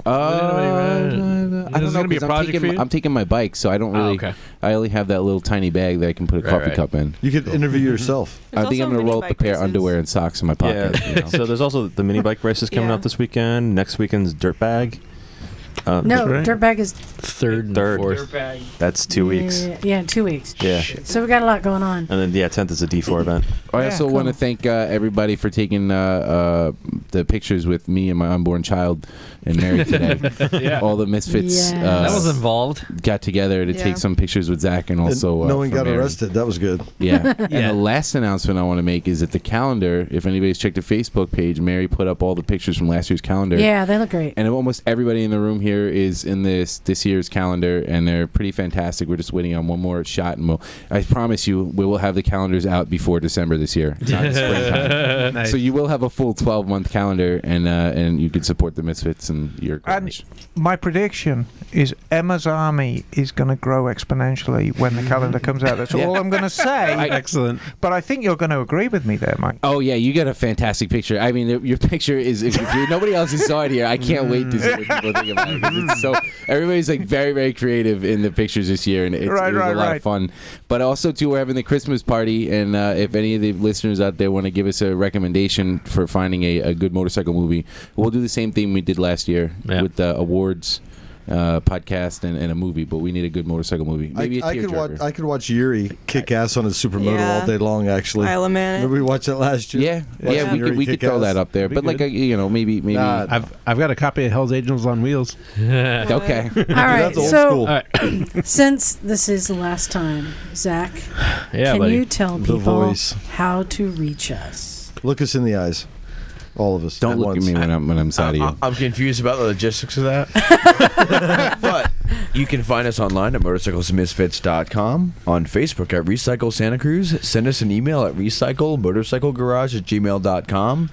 Uh, I Is don't it know. gonna be a 'cause I'm project taking, for my- you? Ah, I'm taking my bike, so I don't really. okay. I only have that little tiny bag that I can put a Right, coffee right. cup in. You could interview yourself. I think I'm gonna roll up a pair of underwear and socks in my pocket. Yeah. so there's also the mini bike races coming Yeah. up this weekend. Next weekend's dirt bag. Uh, No, dirtbag is third, third, Dirtbag. That's two weeks. Yeah, yeah, two weeks. Yeah. So we got a lot going on. And then yeah, tenth is a D4 event. I also want to thank uh, everybody for taking uh, uh, the pictures with me and my unborn child and Mary today. Yeah. All the misfits. Yes. Uh, That was involved. Got together to Yeah. take some pictures with Zach and also. And uh, no one for got Mary. arrested. That was good. Yeah. And the last announcement I want to make is that the calendar, if anybody's checked the Facebook page, Mary put up all the pictures from last year's calendar. Yeah, they look great. And almost everybody in the room here is in this this year's calendar, and they're pretty fantastic. We're just waiting on one more shot, and we'll. I promise you, we will have the calendars out before December this year. It's not springtime. Nice. So you will have a full twelve month calendar, and uh, and you can support the Misfits and your. And my prediction is Emma's army is going to grow exponentially when the calendar comes out. That's all I'm going to say. Excellent. But I think you're going to agree with me there, Mike. Oh yeah, you got a fantastic picture. I mean, your picture is if you nobody else has saw it here. I can't wait to see what people think about it. 'cause It's so everybody's like very very creative in the pictures this year, and it's, Right, it was right, a lot right. of fun. But also too, we're having the Christmas party, and uh, if any of the listeners out there want to give us a recommendation for finding a, a good motorcycle movie, we'll do the same thing we did last year with the awards. Uh, podcast and, and a movie, but we need a good motorcycle movie. Maybe a I, I could watch. tearjerker. I could watch Yuri kick ass on his supermoto Yeah. all day long. Actually, Isle of Man. Remember we watched that last year. Yeah, yeah, we could we could throw that up there, but like a, you know maybe maybe I've I've got a copy of Hell's Angels on Wheels. okay. All All right, so since this is the last time, Zach, Yeah, can buddy. you tell The people voice. how to reach us? Look us in the eyes, all of us. Don't look at me when I'm when I'm sad of you. I'm confused about the logistics of that. but you can find us online at motorcyclesmisfits.com, on Facebook at Recycle Santa Cruz, send us an email at recyclemotorcyclegarage at gmail.com,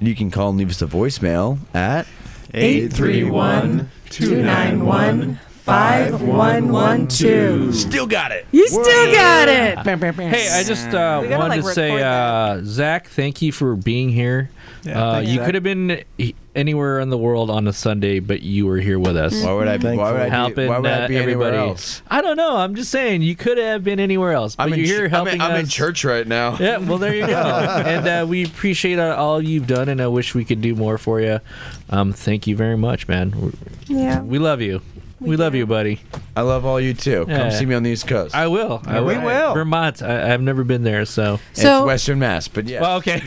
and you can call and leave us a voicemail at 831 Still got it. You still got it. Hey, I just uh, We wanted gotta, like, to say, record uh, Zach, thank you for being here. Yeah, uh, thanks, you Zach. could have been he- anywhere in the world on a Sunday, but you were here with us. Why would I Mm-hmm. be- why would I be- helping why would I uh, be anywhere everybody else? I don't know. I'm just saying you could have been anywhere else, but I'm in, you're ch- here I'm, helping in, I'm in us. church right now. Yeah, well, there you go. and uh, we appreciate uh, all you've done, and I wish we could do more for you. Um, thank you very much, man. We're- Yeah. we love you. We, love you, buddy. I love all you too. Come see me on the East Coast. I will. I All will. right. will. Vermont. I, I've never been there, so. So- it's Western Mass, but yeah. Well, okay,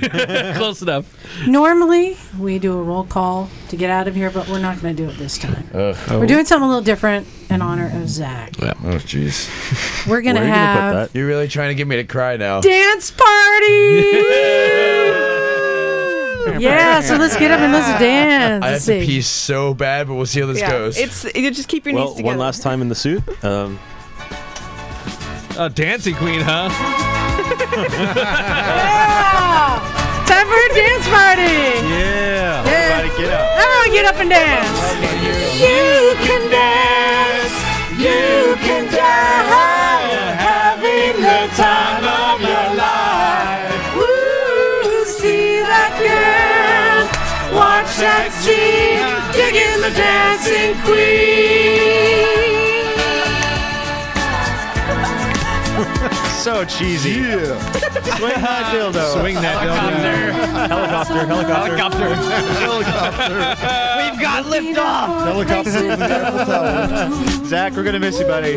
close enough. Normally, we do a roll call to get out of here, but we're not going to do it this time. Oh. We're doing something a little different in honor of Zach. Oh jeez. We're going to have that? You're really trying to get me to cry Oh. now. dance party. yeah, so let's get up and let's dance. I have Let's to see. pee so bad, but we'll see how this goes. It's you just keep your Well, knees together. one last time in the suit. Um, A dancing queen, huh? Yeah. Time for a dance party. Yeah. Everybody get up. Everyone get up and dance. You can dance. You can dance. Having the time of your life. Woo, see that girl. Watch that scene. Digging the dancing queen. so cheesy. Yeah. Swing that dildo. Swing that Helicopter. dildo. Helicopter. Helicopter. We've got liftoff. Helicopter. Helicopter. Zach, we're gonna miss you, buddy.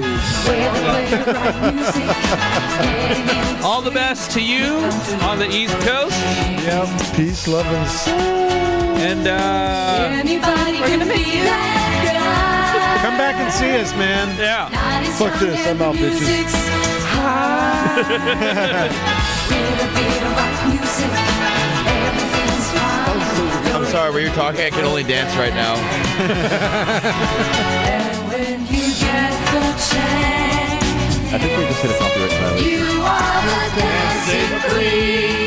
All the best to you on the East Coast. Yep. Peace, love, and And uh, We're gonna miss you. Come back and see us, man. Yeah. Fuck this. I'm out, Oh, bitches. With a beat of rock music, everything's fine. I'm sorry. Were you talking? I can only dance right now. When you get the chance, I think we just hit a copyright violation. you are the dancing queen.